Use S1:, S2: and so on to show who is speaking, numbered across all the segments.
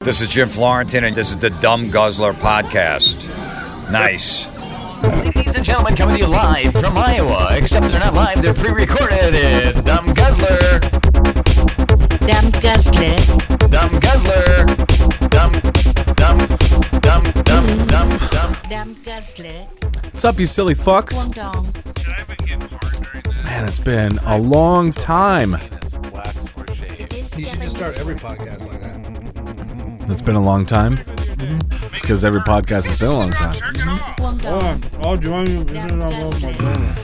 S1: This is Jim Florentin, and this is the Dumb Guzzler podcast. Nice.
S2: Ladies and gentlemen, coming to you live from Iowa. Except they're not live, they're pre recorded. It's Dumb Guzzler.
S3: Dumb Guzzler.
S2: Dumb Guzzler. Dumb, dumb, dumb, dumb, dumb, dumb.
S3: Dumb Guzzler.
S4: What's up, you silly
S3: Dong
S4: fucks?
S3: dong.
S4: Man, it's been a long time.
S3: It is
S5: You should
S3: Japanese
S5: just start every
S3: food.
S5: podcast like that.
S4: It's been a long time. It's because every podcast has been a long time.
S3: Dong dong.
S5: I'll join you.
S3: Dumb Guzzler.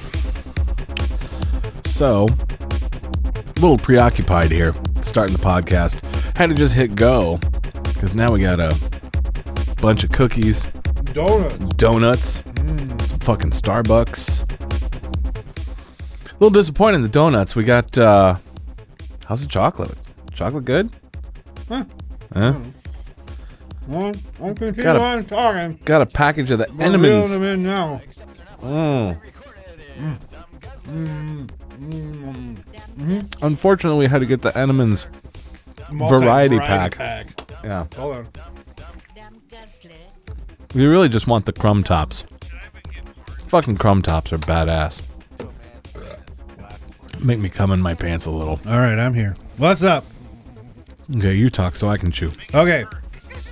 S4: So, a little preoccupied here, starting the podcast. Had to just hit go because now we got a bunch of cookies,
S5: Donuts.
S4: donuts, some fucking Starbucks. A little disappointed in the donuts. We got, uh, how's the chocolate? Chocolate good? Huh?
S5: Well, I can keep
S4: Gotta-
S5: on talking.
S4: Got a package of the
S5: but we're reeling
S4: Enemans.
S5: them in now.
S4: Mm.
S5: Mm,
S4: Unfortunately, we had to get the Enemans.
S5: multi-
S4: Variety pack. Yeah.
S5: Hold on.
S3: Dumb Guzzler.
S4: We really just want the crumb tops. Fucking crumb tops are badass. Make me come in my pants a little.
S5: All right, I'm here. What's up?
S4: Okay, you talk so I can chew.
S5: Okay.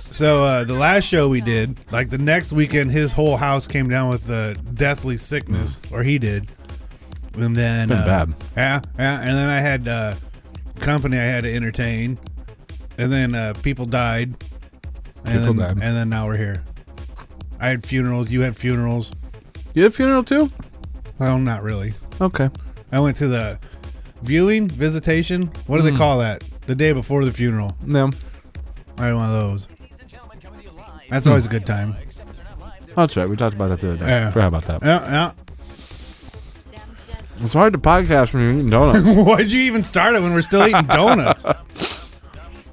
S5: So uh, the last show we did, like the next weekend, his whole house came down with the deathly sickness, or he did. And then
S4: Mm. been
S5: uh,
S4: bad.
S5: Yeah, yeah. And then I had uh, company I had to entertain, and then uh, people died. And
S4: People
S5: then,
S4: died.
S5: And then now we're here. I had funerals. You had funerals.
S4: You had a funeral too?
S5: Well, not really.
S4: Okay.
S5: I went to the viewing visitation. What
S4: Mm.
S5: do they call that? The day before the funeral.
S4: No.
S5: I had one of those.
S4: Hmm.
S5: That's always a good time.
S4: Oh, that's right. We talked about that the other day.
S5: Yeah.
S4: Forgot about that.
S5: Yeah,
S3: Dumb Guzzler.
S4: It's hard to podcast when you're eating donuts.
S5: yeah. Why'd you even start it when we're still eating donuts?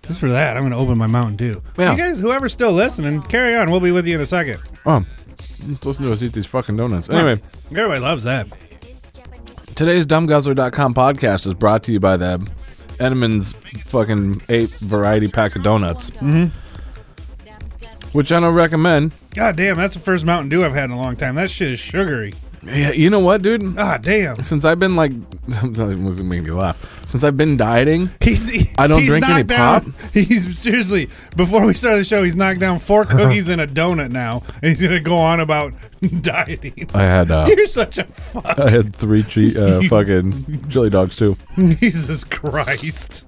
S5: Just for that, I'm going to open my Mountain Dew.
S4: Yeah.
S5: You guys, whoever's still listening, carry on. We'll be with you in a second.
S4: oh, just listen to us eat these fucking donuts. Anyway,
S5: Everybody loves that.
S3: It is Japanese food.
S4: today's dumbguzzler.com podcast is brought to you by the Enemans fucking eight variety pack of donuts,
S3: Dong dong. Dumb Guzzler.
S4: which I don't recommend.
S5: God damn, that's the first Mountain Dew I've had in a long time. That shit is sugary.
S4: Yeah, you know what, dude?
S5: Ah, damn.
S4: since I've been like, something was making me laugh. Since I've been dieting,
S5: He's, he-
S4: I don't
S5: he's
S4: drink any
S5: knocked down,
S4: pop.
S5: He's seriously, before we started the show, he's knocked down four cookies and a donut now, and he's going to go on about dieting.
S4: I had uh,
S5: You're such a fuck.
S4: I had three che- uh, fucking chili dogs too.
S5: Jesus Christ.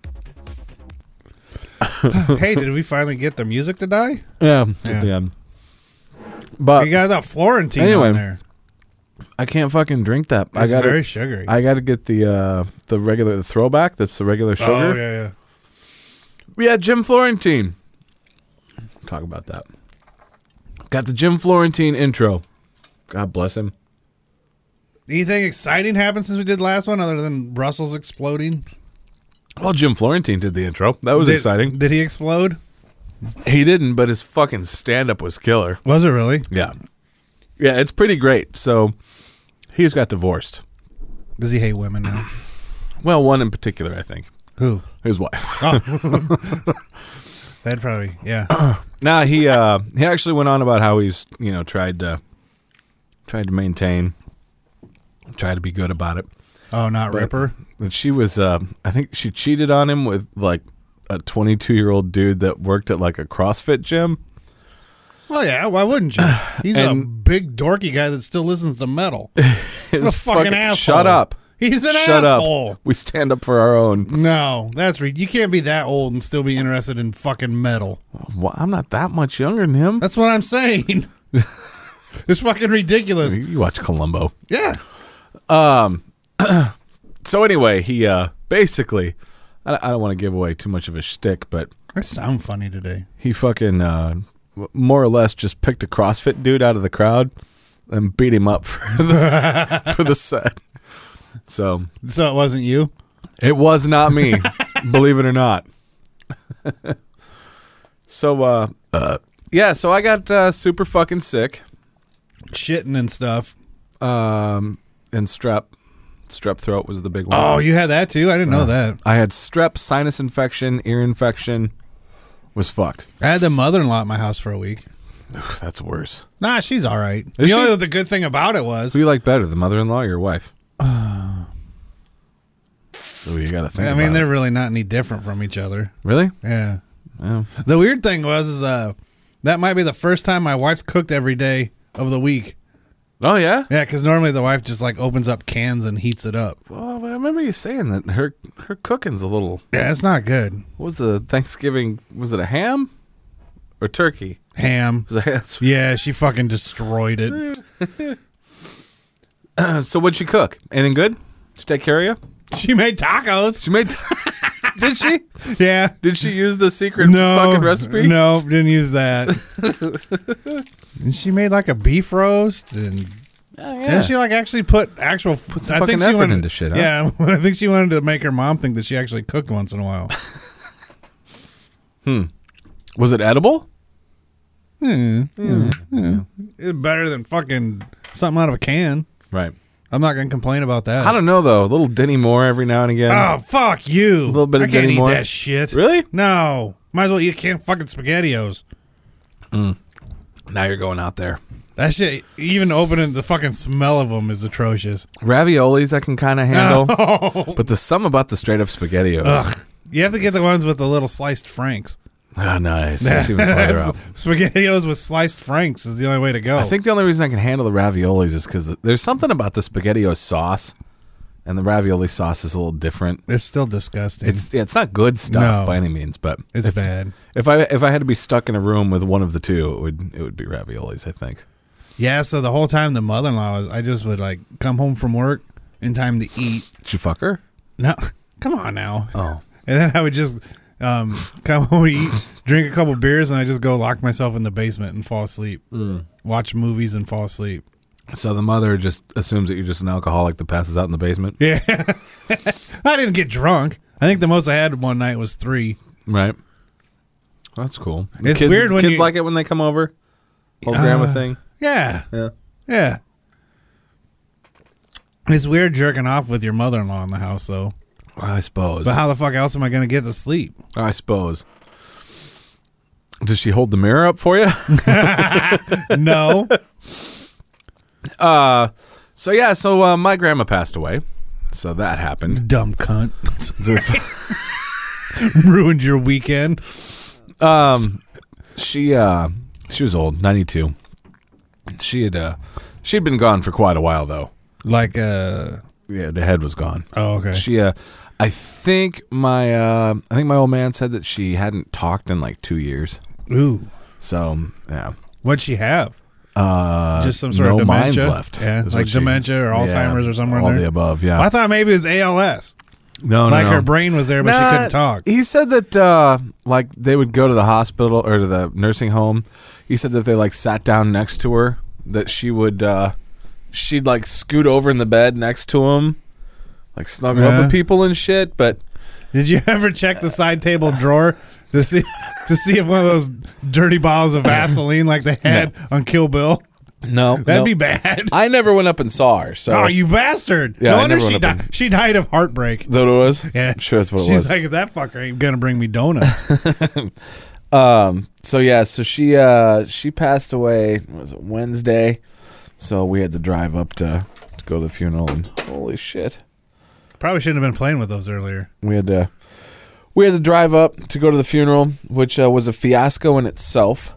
S5: hey, did we finally get the music to die?
S4: Yeah, at the
S5: Yeah.
S4: end. But
S5: We got that Florentine
S4: Anyway,
S5: on there.
S4: I can't fucking drink that. I
S5: It's
S4: got
S5: very
S4: to
S5: sugary.
S4: I got to get the uh, the regular the throwback. That's the regular sugar.
S5: Oh, yeah, yeah.
S4: We had Jim Florentine. Talk about that. Got the Jim Florentine intro. God bless him.
S5: Anything exciting happened since we did last one other than Russell's exploding?
S4: Well, Jim Florentine did the intro. That was
S5: did,
S4: exciting.
S5: Did he explode?
S4: He didn't, but his fucking stand up was killer.
S5: Was it really?
S4: Yeah. Yeah, it's pretty great. So he just got divorced.
S5: Does he hate women now?
S4: Well, one in particular, I think.
S5: Who?
S4: His wife.
S5: That'd probably, yeah.
S4: nah, he uh he actually went on about how he's, you know, tried to tried to maintain tried to be good about it.
S5: Oh, not Ripper.
S4: And she was uh I think she cheated on him with like a 22-year-old dude that worked at like a CrossFit gym.
S5: Well, yeah. Why wouldn't you? He's a
S4: And-
S5: big dorky guy that still listens to metal.
S4: His
S5: a fucking asshole.
S4: Shut up.
S5: He's an
S4: Shut
S5: asshole.
S4: up. We stand up for our own.
S5: No, that's re- you can't be that old and still be interested in fucking metal.
S4: Well, I'm not that much younger than him.
S5: That's what I'm saying. it's fucking ridiculous.
S4: You watch Columbo.
S5: Yeah.
S4: So anyway, he uh basically, I, I don't want to give away too much of a shtick, but
S5: I sound funny today.
S4: he fucking uh, w- more or less just picked a CrossFit dude out of the crowd and beat him up for the for the set. So
S5: So it wasn't you.
S4: it was not me, believe it or not. so uh, yeah, so I got uh, super fucking sick
S5: Shitting and stuff.
S4: um, and strep. Strep throat was the big one. Uh.
S5: Oh, you had that too? I didn't know that.
S4: I had strep, sinus infection, ear infection, was fucked.
S5: I had the mother in law at my house for a week.
S4: Pff, That's worse.
S5: Nah, she's all right.
S4: Is
S5: you know
S4: she?
S5: what the good thing about it was?
S4: Who you like better, the mother-in-law or your wife? Ooh, you gotta think.
S5: I mean,
S4: about
S5: they're
S4: it.
S5: really not any different from each other.
S4: really.
S5: Yeah.
S4: Yeah.
S5: The weird thing was is uh that might be the first time my wife's cooked every day of the week.
S4: Oh yeah.
S5: Yeah, because normally the wife just like opens up cans and heats it up.
S4: Well, I remember you saying that her her cooking's a little.
S5: Yeah, it's not good.
S4: What was the Thanksgiving? Was it a ham or turkey?
S5: Ham.
S4: It was a ham.
S5: Yeah, she fucking destroyed it.
S4: So what'd she cook? Anything good? Did she take care of you?
S5: She made tacos.
S4: She made. did she?
S5: Yeah.
S4: Did she use the secret
S5: No
S4: fucking recipe?
S5: No, didn't use that. and she made like a beef roast and
S4: Oh, yeah.
S5: And she like actually put actual. Put
S4: some fucking effort into shit, huh?
S5: Yeah, I think she wanted to make her mom think that she actually cooked once in a while.
S4: was it edible?
S5: it's better than fucking something out of a can.
S4: Right.
S5: I'm not gonna complain about that.
S4: I don't know though. A little Denny Moore every now and again.
S5: oh fuck you! A
S4: little bit
S5: I
S4: of
S5: can't
S4: Jenny
S5: eat
S4: Moore.
S5: that shit.
S4: Really?
S5: No. Might as well eat can't fucking spaghettios.
S4: Now you're going out there.
S5: That shit. Even opening the fucking smell of them is atrocious.
S4: Raviolis I can kind of handle,
S5: Oh.
S4: but the sum about the straight up spaghettios.
S5: Ugh. You have to get the ones with the little sliced franks.
S4: Ah, nice. That's even farther out.
S5: Spaghettios with sliced franks is the only way to go.
S4: I think the only reason I can handle the raviolis is because there's something about the spaghettio sauce, and the ravioli sauce is a little different.
S5: it's still disgusting.
S4: It's yeah, it's not good stuff
S5: No.
S4: by any means, but
S5: It's
S4: if,
S5: bad.
S4: If I if I had to be stuck in a room with one of the two, it would it would be raviolis. I think.
S5: Yeah, so the whole time the mother in law was, I just would like come home from work in time to eat.
S4: Did you fuck her?
S5: No, come on now.
S4: Oh,
S5: And then I would just um, come home, eat, drink a couple beers, and I just go lock myself in the basement and fall asleep.
S4: Mm.
S5: Watch movies and fall asleep.
S4: so the mother just assumes that you're just an alcoholic that passes out in the basement,
S5: Yeah. I didn't get drunk. I think the most I had one night was three.
S4: right? That's cool.
S5: It's
S4: kids,
S5: weird when
S4: kids
S5: you-
S4: like it when they come over. Whole grandma
S5: Uh,
S4: thing.
S5: Yeah.
S4: Yeah.
S5: Yeah. It's weird jerking off with your mother in law in the house, though.
S4: I suppose.
S5: But how the fuck else am I going to get to sleep?
S4: I suppose. Does she hold the mirror up for you?
S5: No.
S4: uh, so yeah, so uh, my grandma passed away, so that happened.
S5: Dumb cunt. Ruined your weekend.
S4: um, she uh, she was old, ninety two. She had uh, she had been gone for quite a while though.
S5: Like, uh,
S4: Yeah, the head was gone.
S5: oh, okay.
S4: She uh, I think my uh, I think my old man said that she hadn't talked in like two years.
S5: Ooh.
S4: So yeah,
S5: What'd she have?
S4: uh,
S5: Just some sort
S4: no
S5: of dementia?
S4: mind left.
S5: Yeah,
S4: is
S5: like
S4: what
S5: dementia or
S4: yeah,
S5: Alzheimer's or somewhere in
S4: All
S5: there?
S4: the above. Yeah, Oh,
S5: I thought maybe it was ALS.
S4: no, no,
S5: like
S4: no.
S5: her brain was there, but
S4: Nah,
S5: she couldn't talk.
S4: He said that uh, like they would go to the hospital or to the nursing home. He said that they like sat down next to her. That she would uh, she'd like scoot over in the bed next to him, like snuggle up
S5: Yeah.
S4: with people and shit. But
S5: Did you ever check the side table drawer to see to see if one of those dirty bottles of Vaseline like they had on Kill Bill?
S4: no,
S5: That'd be bad.
S4: I never went up and saw her. So
S5: Oh, you bastard!
S4: Yeah,
S5: no
S4: I
S5: wonder
S4: never
S5: she
S4: went up
S5: died. She died of heartbreak.
S4: Is that what it was?
S5: Yeah,
S4: I'm sure that's what
S5: She's
S4: it was.
S5: like, that fucker ain't gonna bring me donuts.
S4: Um. So yeah. So she uh she passed away. what Was it Wednesday? So we had to drive up to, to go to the funeral. And holy shit,
S5: Probably shouldn't have been playing with those earlier.
S4: we had to we had to drive up to go to the funeral, which uh, was a fiasco in itself.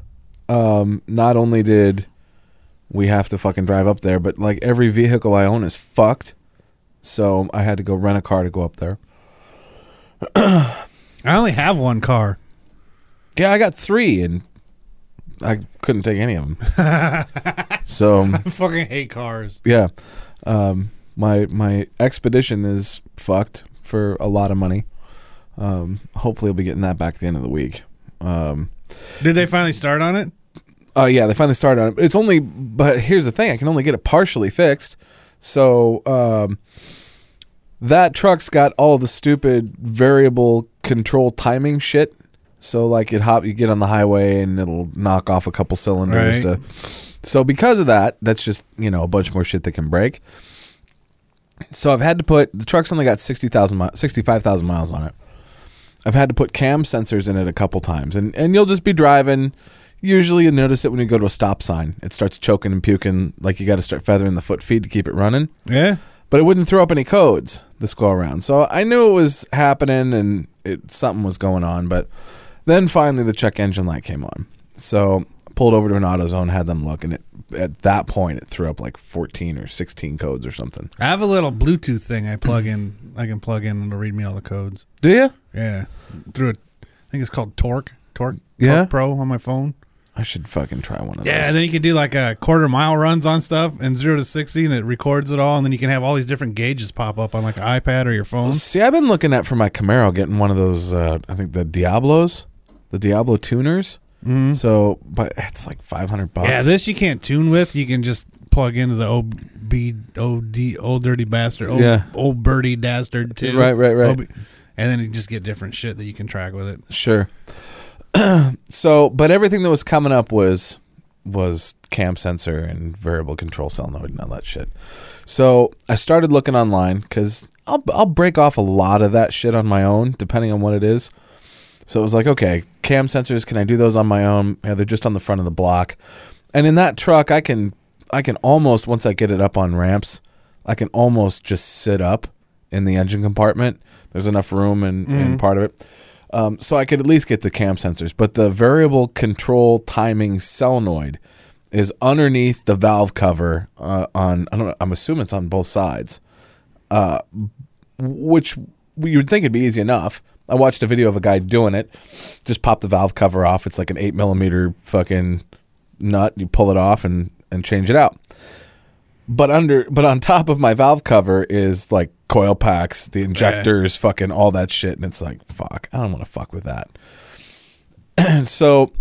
S4: Um. Not only did we have to fucking drive up there, but like every vehicle I own is fucked. So I had to go rent a car to go up there.
S5: I only have one car.
S4: Yeah, I got three, and I couldn't take any of them. so
S5: I fucking hate cars.
S4: yeah um my my expedition is fucked for a lot of money um hopefully i'll be getting that back at the end of the week um
S5: Did they finally start on it?
S4: oh yeah they finally started on it it's only but here's the thing i can only get it partially fixed so um that truck's got all the stupid variable control timing shit so like it hop you get on the highway and it'll knock off a couple cylinders
S5: Right.
S4: to, so because of that that's just you know a bunch more shit that can break so I've had to put the truck's only got 60,000 mi- 65,000 miles on it. I've had to put cam sensors in it a couple times, and and you'll just be driving. Usually, you notice it when you go to a stop sign. It starts choking and puking, like you got to start feathering the foot feed to keep it running.
S5: Yeah.
S4: But it wouldn't throw up any codes this go around, so I knew it was happening and it something was going on. But then finally, the check engine light came on, so pulled over to an AutoZone, had them look, and it at that point it threw up like 14 or 16 codes or something.
S5: I have a little Bluetooth thing I plug in. I can plug in and it'll read me all the codes.
S4: Do you?
S5: Yeah. Through a, I think it's called Torque. Torque.
S4: Yeah.
S5: Torque Pro on my phone.
S4: I should fucking try one of
S5: Yeah,
S4: those.
S5: and then you can do like a quarter mile runs on stuff and zero to 60 and it records it all. And then you can have all these different gauges pop up on like an iPad or your phone.
S4: See, I've been looking at for my Camaro getting one of those. Uh, I think the Diablos, the Diablo tuners.
S5: Mhm.
S4: So, but it's like 500 bucks.
S5: Yeah, this you can't tune with. You can just plug into the old B old D old dirty bastard. Old,
S4: Yeah.
S5: old birdie dastard too.
S4: Right, right, right.
S5: OB and then you just get different shit that you can track with it.
S4: sure. so, but everything that was coming up was was cam sensor and variable control solenoid and all that shit. So I started looking online because I'll I'll break off a lot of that shit on my own, depending on what it is. So it was like, okay, cam sensors, can I do those on my own? Yeah, they're just on the front of the block. And in that truck, I can I can almost once I get it up on ramps, I can almost just sit up in the engine compartment. There's enough room and in part of it. Um, so I could at least get the cam sensors, but the variable control timing solenoid is underneath the valve cover uh, on I don't know, I'm assuming it's on both sides which you would think it'd be easy enough. I watched a video of a guy doing it. Just pop the valve cover off. It's like an eight millimeter fucking nut. You pull it off and and change it out. But under but on top of my valve cover is like coil packs, the injectors, fucking all that shit. And it's like fuck, I don't want to fuck with that. so,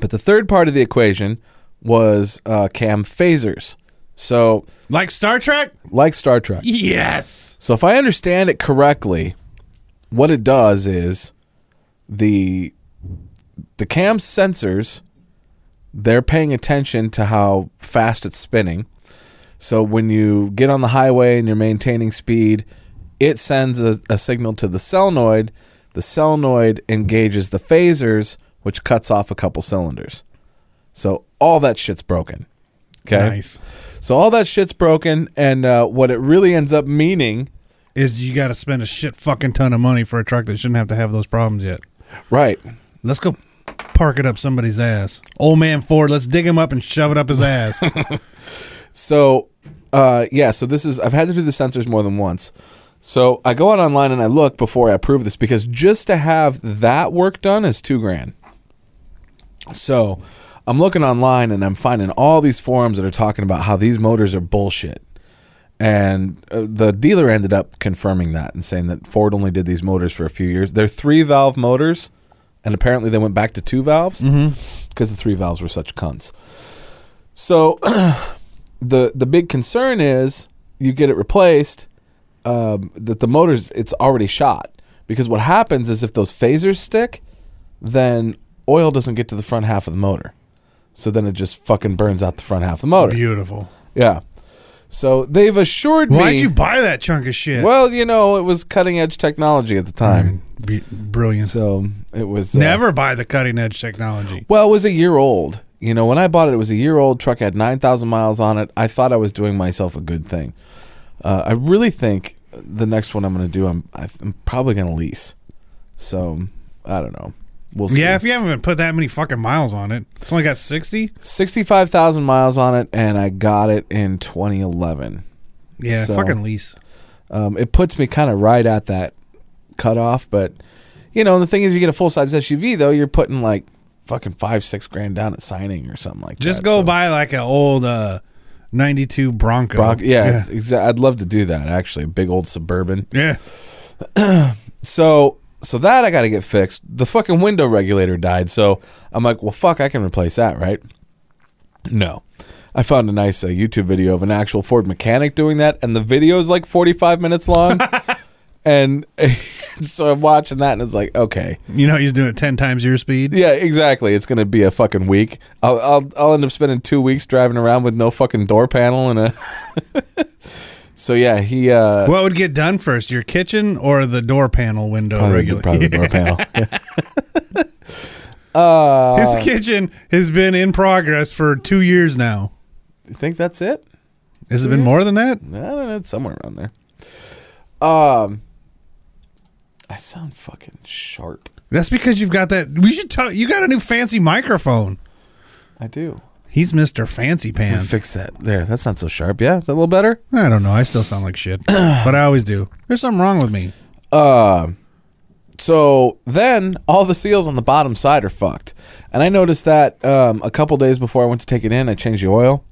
S4: but the third part of the equation was uh, cam phasers. So
S5: Like Star Trek?
S4: like Star Trek.
S5: Yes.
S4: So if I understand it correctly, what it does is the the cam sensors they're paying attention to how fast it's spinning. So when you get on the highway and you're maintaining speed, it sends a, a signal to the solenoid. The solenoid engages the phasers, which cuts off a couple cylinders. So all that shit's broken. Okay.
S5: Nice.
S4: So all that shit's broken, and uh, what it really ends up meaning
S5: Is you got to spend a shit fucking ton of money for a truck that shouldn't have to have those problems yet.
S4: Right.
S5: Let's go park it up somebody's ass. Old man Ford, let's dig him up and shove it up his ass.
S4: So, uh, yeah. So this is I've had to do the sensors more than once. So I go out online and I look before I approve this because just to have that work done is two grand. So I'm looking online and I'm finding all these forums that are talking about how these motors are bullshit. And uh, the dealer ended up confirming that and saying that Ford only did these motors for a few years. They're three valve motors, and apparently they went back to two valves because the three valves were such cunts. So the the big concern is you get it replaced um, that the motors it's already shot because what happens is if those phasers stick then oil doesn't get to the front half of the motor so then it just fucking burns out the front half of the motor
S5: Beautiful.
S4: yeah so they've assured
S5: Why'd
S4: me
S5: you buy that chunk of shit?
S4: well you know it was cutting edge technology at the time
S5: Be- brilliant.
S4: so it was uh,
S5: Mm-hmm. Never buy the cutting edge technology.
S4: Well, it was a year old. You know, when I bought it, it was a year old truck. had nine thousand miles on it. I thought I was doing myself a good thing. Uh, I really think the next one I'm going to do, I'm I- I'm probably going to lease. So I don't know. We'll see.
S5: Yeah, if you haven't even put that many fucking miles on it, it's only got 60.
S4: sixty-five thousand miles on it, and I got it in 2011.
S5: Yeah,
S4: So-
S5: fucking lease.
S4: Um, it puts me kind of right at that cutoff, but you know, the thing is, you get a full size SUV though, you're putting like fucking five, six grand down at signing or something like
S5: Just
S4: that.
S5: go
S4: so-
S5: buy like an old uh, 92 Bronco.
S4: Bronc- yeah, exa I'd love to do that actually. A big old suburban.
S5: Yeah. Yeah.
S4: So so that I got to get fixed. The fucking window regulator died, so I'm like, well, fuck, I can replace that, right? No. I found a nice uh, YouTube video of an actual Ford mechanic doing that, and the video is like 45 minutes long. and so I'm watching that, and it's like, okay,
S5: You know, he's doing it 10 times your speed.
S4: yeah, exactly. It's gonna be a fucking week. I'll I'll, I'll end up spending two weeks driving around with no fucking door panel and a So yeah, he uh,
S5: What would get done first, your kitchen or the door panel window?
S4: probably,
S5: regularly,
S4: probably the door panel. uh,
S5: His kitchen has been in progress for two years now.
S4: you think that's it?
S5: Has
S4: Mm-hmm.
S5: it been more than that?
S4: I don't know. It's somewhere around there. Um, I sound fucking sharp.
S5: That's because you've got that. We should tell you got a new fancy microphone.
S4: I do.
S5: He's Mister Fancy
S4: Let me
S5: Pants.
S4: Fix that. There. That's not so sharp. Yeah, is that a little better.
S5: I don't know. I still sound like shit, but I always do. There's something wrong with me.
S4: Um, so then all the seals on the bottom side are fucked, and I noticed that um, a couple days before I went to take it in, I changed the oil,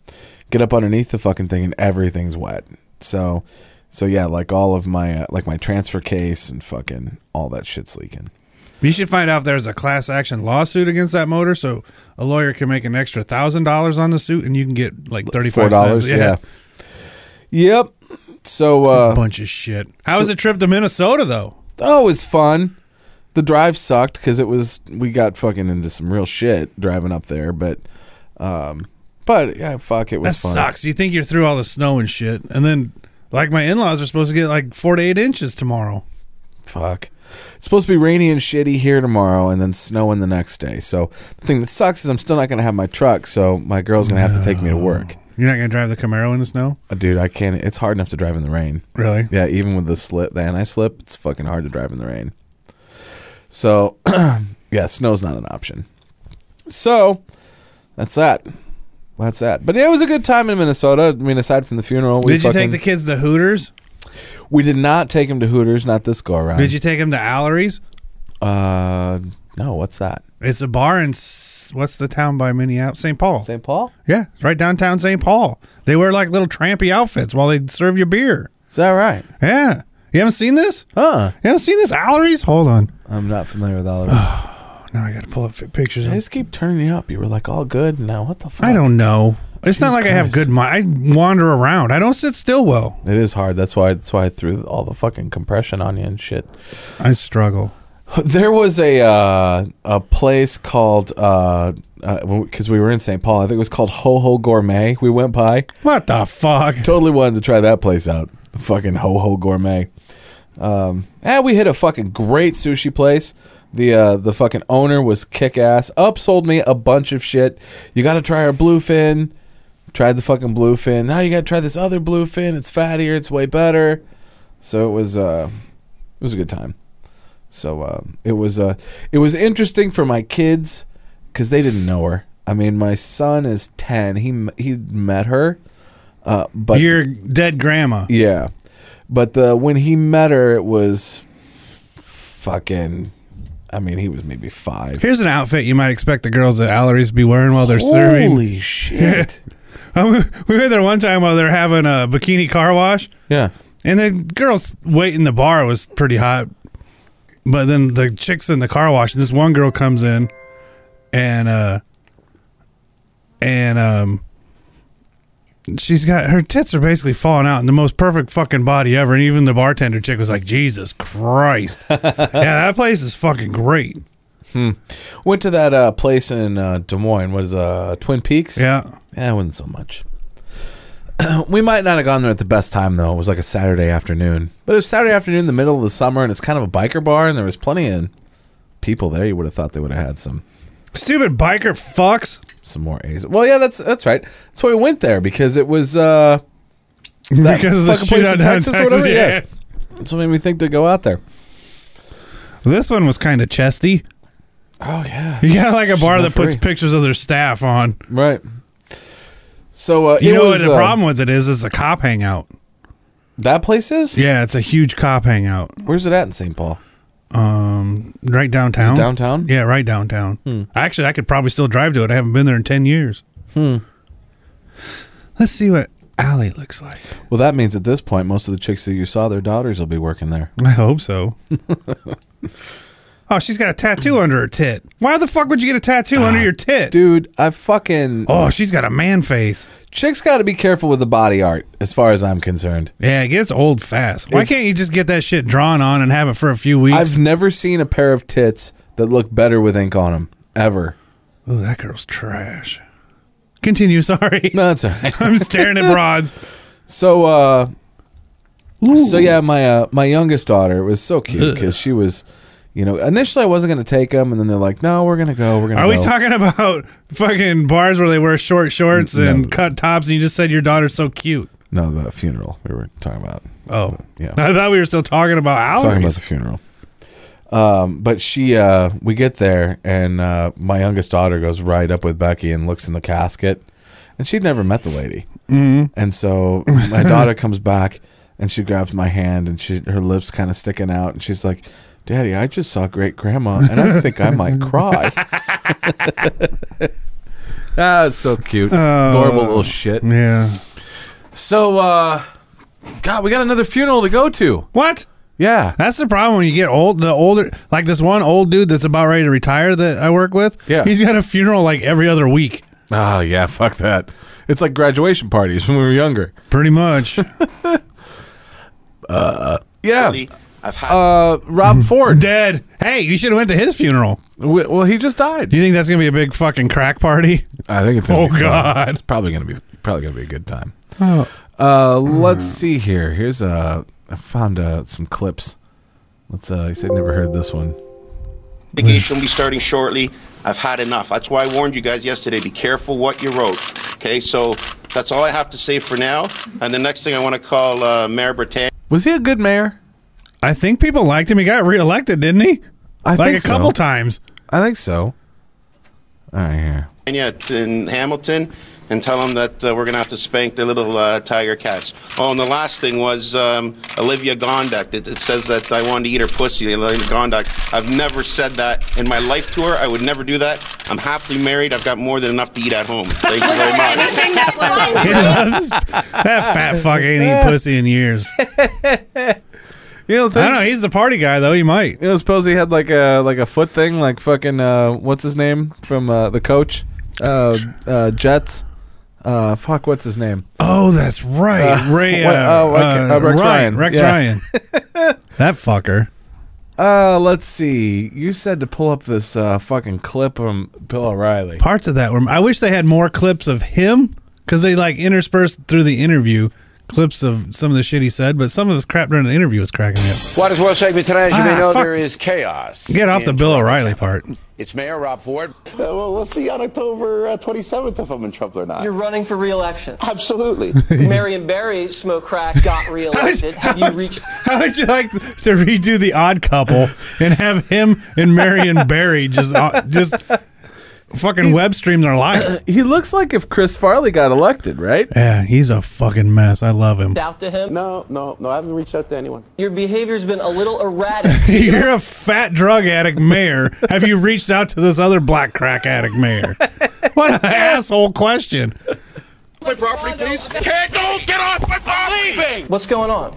S4: get up underneath the fucking thing, and everything's wet. So, so yeah, like all of my uh, like my transfer case and fucking all that shit's leaking.
S5: You should find out if there's a class action lawsuit against that motor, so a lawyer can make an extra thousand dollars on the suit, and you can get like thirty
S4: Four
S5: five
S4: dollars.
S5: dollars.
S4: Yeah. Yep. So uh,
S5: bunch of shit. How was the trip to Minnesota though?
S4: Oh, it was fun. The drive sucked because it was we got fucking into some real shit driving up there, but um, but yeah, fuck, it
S5: That
S4: was fun.
S5: sucks. You think you're through all the snow and shit, and then like my in laws are supposed to get like four to eight inches tomorrow.
S4: Fuck. It's supposed to be rainy and shitty here tomorrow, and then snowing the next day. So the thing that sucks is I'm still not gonna have my truck, so my girl's gonna have to take me to work.
S5: You're not gonna drive the Camaro in the snow,
S4: Uh, Dude, I can't. It's hard enough to drive in the rain.
S5: really?
S4: Yeah, even with the slip, the anti slip, it's fucking hard to drive in the rain. So, yeah, snow's not an option. So, that's that. That's that. But yeah, it was a good time in Minnesota. I mean, aside from the funeral, we
S5: Did you take
S4: fucking-
S5: the kids to Hooters?
S4: We did not take him to Hooters, not this go around.
S5: Did you take them to Allery's?
S4: Uh, no. What's that?
S5: It's a bar in S- what's the town by Minneapolis? St. Paul.
S4: St. Paul?
S5: Yeah, it's right downtown St. Paul. They wear like little trampy outfits while they serve you beer.
S4: Is that right?
S5: Yeah, you haven't seen this?
S4: Huh?
S5: You haven't seen this Allery's? Hold on.
S4: I'm not familiar with all of this.
S5: Oh, now I got to pull up fi- pictures.
S4: I
S5: of-
S4: just keep turning you up. You were like all good. and Now what the fuck?
S5: I don't know. It's not like I have
S4: Christ.
S5: good mind. I wander around. I don't sit still well.
S4: It is hard. That's why. That's why I threw all the fucking compression on you and shit.
S5: I struggle.
S4: There was a uh, a place called because uh, because we were in St. Paul. I think it was called Ho Ho Gourmet. We went by.
S5: What the fuck?
S4: Totally wanted to try that place out. Fucking Ho Ho Gourmet. Um, and we hit a fucking great sushi place. The uh, the fucking owner was kick ass. Upsold me a bunch of shit. You got to try our bluefin. Tried the fucking bluefin. Now you got to try this other bluefin. It's fattier. It's way better. So it was uh, it was a good time. So uh, it was uh, it was interesting for my kids because they didn't know her. I mean, my son is ten. He m- he met her, uh, but
S5: Your dead grandma.
S4: yeah, but the when he met her, it was fucking. I mean, he was maybe five.
S5: Here's an outfit you might expect the girls at Allery's to be wearing while they're serving.
S4: Holy shit!
S5: we were there one time while they're having a bikini car wash.
S4: yeah,
S5: And the girls wait in the bar was pretty hot. But then the chicks in the car wash, and this one girl comes in and uh and um she's got her tits are basically falling out in the most perfect fucking body ever. And even the bartender chick was like, Jesus Christ. yeah, that place is fucking great.
S4: went to that uh, place in uh, Des Moines. Was uh, Twin Peaks?
S5: Yeah.
S4: Yeah, it wasn't Eh, so much. we might not have gone there at the best time though. It was like a Saturday afternoon, but it was Saturday afternoon, in the middle of the summer, and it's kind of a biker bar, and there was plenty of people there. You would have thought they would have had some
S5: Stupid biker fucks.
S4: some more A's. Well, yeah, that's that's right. That's why we went there because it was uh, that
S5: because of the
S4: fucking place
S5: shootout
S4: in
S5: down in
S4: Texas or whatever, yeah. that's what made me think to go out there.
S5: This one was kind of chesty.
S4: Oh yeah,
S5: You got like a bar
S4: not
S5: that puts
S4: free.
S5: pictures of their staff on.
S4: right. So uh,
S5: You
S4: it
S5: know
S4: was,
S5: what the
S4: uh,
S5: problem with it is? It's a cop hangout.
S4: that place is.
S5: Yeah, it's a huge cop hangout.
S4: Where's it at in St. Paul?
S5: Um, right downtown.
S4: downtown? Hmm.
S5: Yeah, right downtown. Actually, I could probably still drive to it. I haven't been there in ten years.
S4: Hmm.
S5: Let's see what Allie looks like.
S4: Well, that means at this point, most of the chicks that you saw, their daughters will be working there.
S5: I hope so. oh, she's got a tattoo under her tit. Why the fuck would you get a tattoo under your tit?
S4: Ah, Dude, I fucking
S5: Oh, she's got a man face.
S4: chicks got to be careful with the body art, as far as I'm concerned.
S5: Yeah, it gets old fast. Why
S4: It's-
S5: can't you just get that shit drawn on and have it for a few weeks?
S4: I've never seen a pair of tits that look better with ink on them ever.
S5: Oh, that girl's trash. Continue. Sorry.
S4: No, that's all right.
S5: I'm staring at broads.
S4: So uh So yeah, my uh, my youngest daughter was so cute because she was, you know, initially I wasn't gonna take them, and then they're like, no, we're gonna go, we're gonna.
S5: Are we
S4: go."
S5: talking about fucking bars where they wear short shorts and cut tops? And you just said your daughter's so cute.
S4: No, the funeral we were talking about.
S5: Oh,
S4: Yeah.
S5: I thought we were still talking about
S4: Talking about
S5: hours.
S4: the funeral. Um, but she, uh, we get there, and uh, my youngest daughter goes right up with Becky and looks in the casket, and she'd never met the lady, mm and so my daughter comes back and she grabs my hand and she her lips kind of sticking out, and she's like, "Daddy, I just saw great grandma, and I think I might cry." Ah, it's so cute, adorable little shit.
S5: yeah.
S4: So, uh, God, we got another funeral to go to.
S5: What?
S4: Yeah,
S5: That's the problem when you get old. The older, like this one old dude that's about ready to retire that I work with.
S4: Yeah.
S5: he's got a funeral like every other week,
S4: Oh yeah, fuck that. It's like graduation parties when we were younger.
S5: pretty much.
S4: Yeah.
S6: Really? I've had
S4: Uh, Rob Ford.
S5: Dead. Hey, you should have went to his funeral.
S4: W- Well, he just died.
S5: Do you think that's gonna be a big fucking crack party?
S4: I think it's.
S5: Oh God.
S4: probably gonna be probably gonna be a good time.
S5: Oh.
S4: Uh, let's see here. Here's uh, I found uh, some clips. Let's. Uh, I said never heard this one.
S6: litigation will be starting shortly. I've had enough. That's why I warned you guys yesterday. Be careful what you wrote. Okay, so that's all I have to say for now. And the next thing I want to call uh, Mayor Britannia.
S4: Was he a good mayor?
S5: I think people liked him. He got reelected, didn't he?
S4: I
S5: like
S4: think
S5: a couple
S4: so.
S5: times.
S4: I think so. All right, here.
S6: Pennsylvania, it's in Hamilton and tell them that uh, we're going to have to spank the little uh, tiger cats. Oh, and the last thing was um, Olivia Gondak. It, it says that I wanted to eat her pussy, Olivia Gondak. I've never said that in my life to her. I would never do that. I'm happily married. I've got more than enough to eat at home. Thank you very much.
S5: that fat fuck ain't eaten pussy in years. I
S4: You don't think?
S5: don't know. He's the party guy though. He might.
S4: You know, suppose he had like a like a foot thing, like fucking uh, what's his name from uh, the coach, uh, uh, Jets. Uh, fuck, what's his name?
S5: Oh, that's right. Ray. Uh,
S4: what- oh, okay.
S5: uh,
S4: Uh, Rex Ryan.
S5: Rex
S4: Yeah.
S5: Ryan. that fucker.
S4: Uh, let's see. You said to pull up this uh, fucking clip from Bill O'Reilly.
S5: Parts of that were. I wish they had more clips of him because they like interspersed through the interview clips of some of the shit he said, but some of his crap during the interview was cracking me up.
S7: What is World Segment tonight? As you
S5: Ah,
S7: may know,
S5: fuck.
S7: there is chaos.
S5: Get off
S7: in
S5: the Bill
S7: Toronto.
S5: O'Reilly part.
S7: It's Mayor Rob Ford.
S6: Uh, well, we'll see on October uh, 27th if I'm in trouble or not.
S8: You're running for re-election.
S6: Absolutely.
S8: Marion Barry smoked crack, got
S5: How is-
S8: re-elected. Have
S5: how
S8: you
S5: is-
S8: reached?
S5: how would you like to redo the Odd Couple and have him and Marion Barry just uh, just fucking web stream their lives?
S4: He looks like if Chris Farley got elected, right?
S5: Yeah, he's a fucking mess. I love him.
S8: Out to him.
S6: no, no, no, I haven't reached out to anyone.
S8: Your behavior's been a little erratic.
S5: You're a fat drug addict mayor. Have you reached out to this other black crack addict mayor? What an asshole question.
S6: My property, please. Can't go! Get off my property!
S8: What's going on?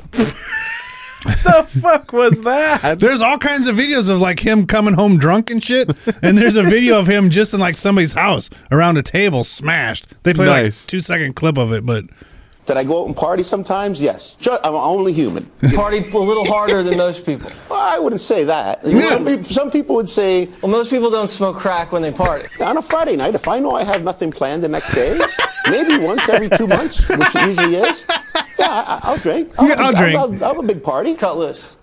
S4: the fuck was that?
S5: There's all kinds of videos of like him coming home drunk and shit. And there's a video of him just in like somebody's house around a table smashed. They play
S4: Nice.
S5: like two second clip of it, but
S6: Did I go out and party sometimes? Yes. Ju- I'm only human.
S8: Party a little harder than most people.
S6: Well, I wouldn't say that. Some, pe- some people would say,
S8: Well, most people don't smoke crack when they party.
S6: on a Friday night, if I know I have nothing planned the next day, maybe once every two months, which it usually is, yeah, I, I'll drink. I'll,
S5: Yeah, I'll drink.
S6: I'll, I'll have a big party.
S8: Cut loose.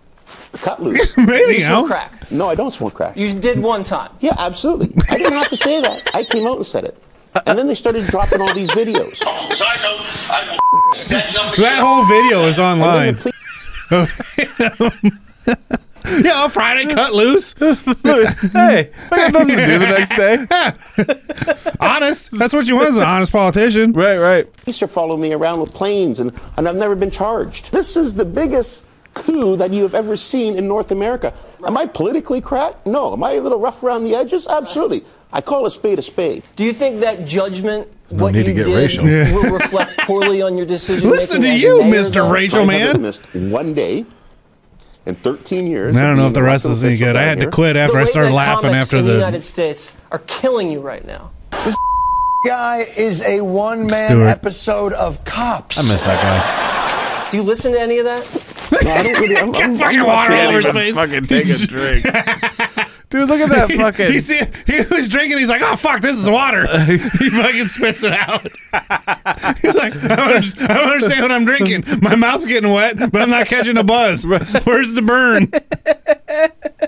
S6: Cut loose.
S5: maybe
S8: You
S5: you
S8: smoke
S5: know.
S8: crack.
S6: No, I don't smoke crack.
S8: You did one time.
S6: Yeah, absolutely. I didn't have to say that. I came out and said it. And then they started dropping all these videos.
S5: That whole video is online. yeah, Friday cut loose.
S4: hey, I got nothing to do the next day.
S5: Honest. That's what you want as an honest politician.
S4: Right, right.
S6: police are following me around with planes, and, and I've never been charged. This is the biggest coup that you have ever seen in North America. Am I politically cracked? No. Am I a little rough around the edges? Absolutely. I call a spade a spade.
S8: Do you think that judgment, what
S4: need
S8: you
S4: to get
S8: did,
S4: racial.
S8: will reflect poorly on your decision
S5: Listen to
S8: making?
S5: you,
S8: as mayor,
S5: Mr.
S8: though?
S5: Rachel,
S6: I haven't
S5: man.
S6: missed one day in 13 years.
S5: I don't know if the
S6: being
S5: rest
S6: elected
S5: of this is any
S6: official
S5: good. I
S6: down
S5: had to
S6: here.
S5: quit
S8: The
S5: after
S8: way
S5: I started
S8: that
S5: laughing
S8: comics
S5: after
S8: in the
S5: the
S8: United States are killing you right now.
S9: guy is a one man
S5: Stewart.
S9: episode of cops.
S4: I miss that guy.
S8: Do you listen to any of that?
S6: No, I don't really- I'm- I'm-
S5: fucking water all over his face.
S4: Fucking take a drink. Dude, look at that fucking.
S5: He, see, he was drinking. He's like, "Oh fuck, this is water." he fucking spits it out. he's like, I don't, under- "I don't understand what I'm drinking. My mouth's getting wet, but I'm not catching a buzz. Where's the burn?"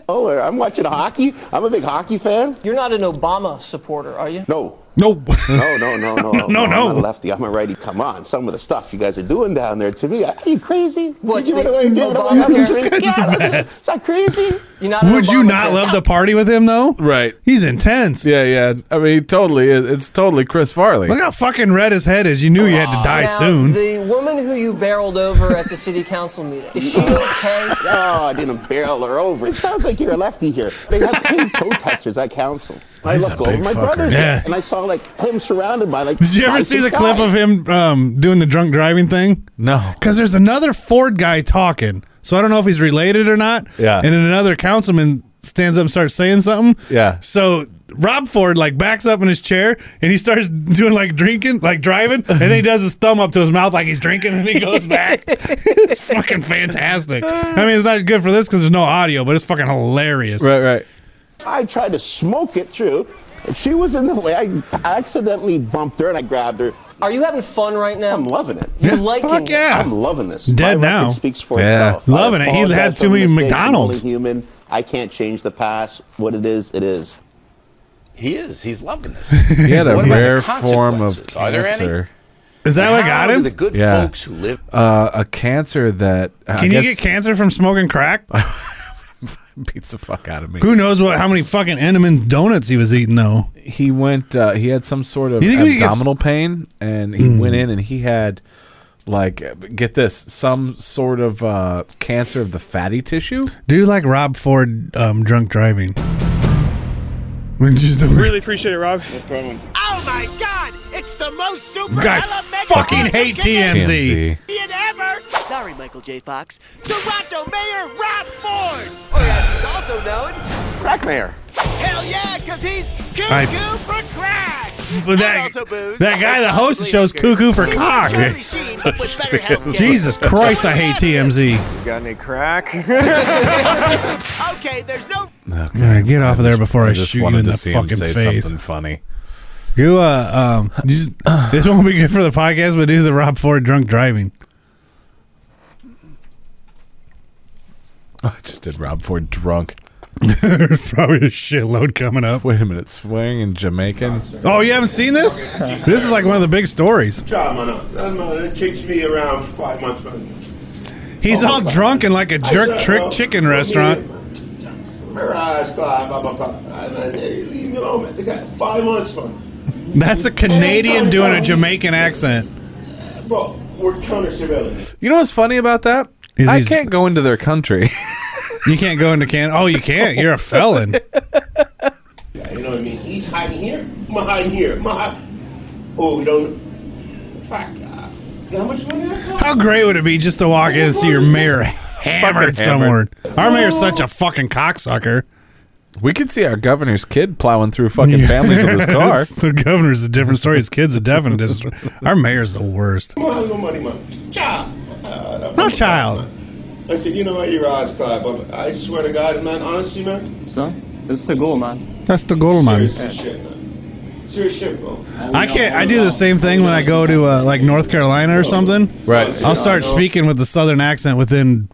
S10: Oh, I'm watching hockey. I'm a big hockey fan.
S8: You're not an Obama supporter, are you?
S10: No,
S5: No.
S10: no, no, no, no,
S5: No, no.
S10: I'm not a lefty. I'm a righty. Come on, some of the stuff you guys are doing down there to me. Are you crazy?
S8: What,
S10: You give it
S8: the-
S10: away, give it away.
S8: Obama
S10: I'm
S8: Harris?
S10: crazy. Yeah, is that crazy?
S8: You're not. an
S5: Would you
S8: Obama
S5: not
S8: fan.
S5: love to party with him though?
S4: Right.
S5: He's intense.
S4: Yeah, yeah. I mean, totally. it- It's totally Chris Farley.
S5: Look how fucking red his head is. You knew you had to die
S8: Now,
S5: soon.
S8: The woman who you barreled over at the city council meeting is she okay?
S10: Oh, I didn't barrel her over. It sounds like you're a lefty here. They have paid protesters at council. I
S5: He's
S10: look
S5: a
S10: over
S5: big
S10: my
S5: fucker.
S10: brother's
S5: Yeah.
S10: and I saw like him surrounded by like.
S5: Did you ever see the clip of him um, doing the drunk driving thing?
S4: no.
S5: Because there's another Ford guy talking. So I don't know if he's related or not.
S4: Yeah.
S5: And then another councilman stands up and starts saying something.
S4: Yeah.
S5: So Rob Ford like backs up in his chair and he starts doing like drinking, like driving, and then he does his thumb up to his mouth like he's drinking and he goes back. it's fucking fantastic. I mean, it's not good for this because there's no audio, but it's fucking hilarious.
S4: Right, right.
S10: I tried to smoke it through. She was in the way. I accidentally bumped her and I grabbed her.
S8: Are you having fun right now?
S10: I'm loving it.
S8: You liking
S5: Fuck
S8: it?
S5: yeah.
S10: I'm loving this.
S5: Dead
S10: My record
S5: now.
S10: Speaks for
S4: Yeah.
S10: itself.
S5: Loving it. He
S10: apologize
S5: had
S10: for
S5: too
S10: the
S5: many
S10: mistakes. I'm
S5: McDonald's.
S10: only human. I can't change the past. What it is, it is.
S7: He is. He's loving this.
S4: He had a
S7: What about the
S4: rare form of
S7: consequences? Are there any?
S4: cancer.
S5: Is that what
S7: How
S5: got
S7: do
S5: him?
S7: The good
S4: Yeah.
S7: folks who live.
S4: Uh, a cancer that I
S5: Can you
S4: guess
S5: get cancer from smoking crack?
S4: beats the fuck out of me.
S5: Who knows what? How many fucking Enderman donuts he was eating though?
S4: He went. Uh, he had some sort of
S5: You think we could get s-
S4: abdominal pain, and he went in and he had like get this some sort of uh, cancer of the fatty tissue.
S5: Do you like Rob Ford um, drunk driving? When just really
S11: Appreciate it, Rob.
S9: Oh my God! It's the most super
S5: guys fucking hate TMZ.
S9: ever. Sorry, Michael J. Fox. Toronto Mayor Rob Ford, or as he's also known,
S6: Crack mayor.
S9: hell yeah, because he's cuckoo
S5: I-
S9: for crack.
S5: But that-
S9: and also booze.
S5: that guy that hosts the show's cuckoo for cock.
S9: Charlie Sheen, but with better health.
S5: Jesus Christ, I hate TMZ.
S11: Got any crack?
S9: Okay, there's no
S5: All right, get off of there before I,
S4: I just
S5: shoot you
S4: wanted
S5: in
S4: to
S5: the
S4: see him
S5: fucking
S4: say
S5: face.
S4: something funny.
S5: You, uh, um, you just- this won't be good for the podcast, but do the Rob Ford drunk driving.
S4: Oh, I just did Rob Ford drunk.
S5: There's probably a shitload coming up.
S4: Wait a minute, swing and Jamaican.
S5: Oh, you haven't seen this? This is like one of the big stories.
S6: Job, man. That takes me around five months.
S5: He's all drunk in like a jerk trick chicken restaurant.
S6: Leave me alone, man. They got five months, man.
S5: That's a Canadian doing a Jamaican accent.
S6: Bro, we're counter surveillance.
S4: You know what's funny about that?
S5: Is
S4: I
S5: he's-
S4: can't go into their country.
S5: You can't go into Canada. Oh, you can't. You're a felon.
S6: You know what I mean? He's hiding here. I'm hiding here. I'm hiding. Oh, we don't. Fuck. Uh, how much money I got?
S5: How great would it be just to walk in and see your mayor
S4: hammered.
S5: hammered somewhere? Our mayor's such a fucking cocksucker.
S4: we could see our governor's kid plowing through fucking families with his car.
S5: the governor's a different story. His kid's a definite different story. Our mayor's the worst.
S6: I don't have no money, man. Job. Uh, that-
S5: No child.
S6: I said, you know what? Your eyes cry, but I swear to God, man. Honestly, man.
S8: It's the goal, man.
S5: That's the goal, man.
S6: Serious as shit, man. Serious shit, bro.
S5: I can't. I do the same thing when I go to uh, like North Carolina or something.
S4: Right.
S5: I'll start speaking with the southern accent within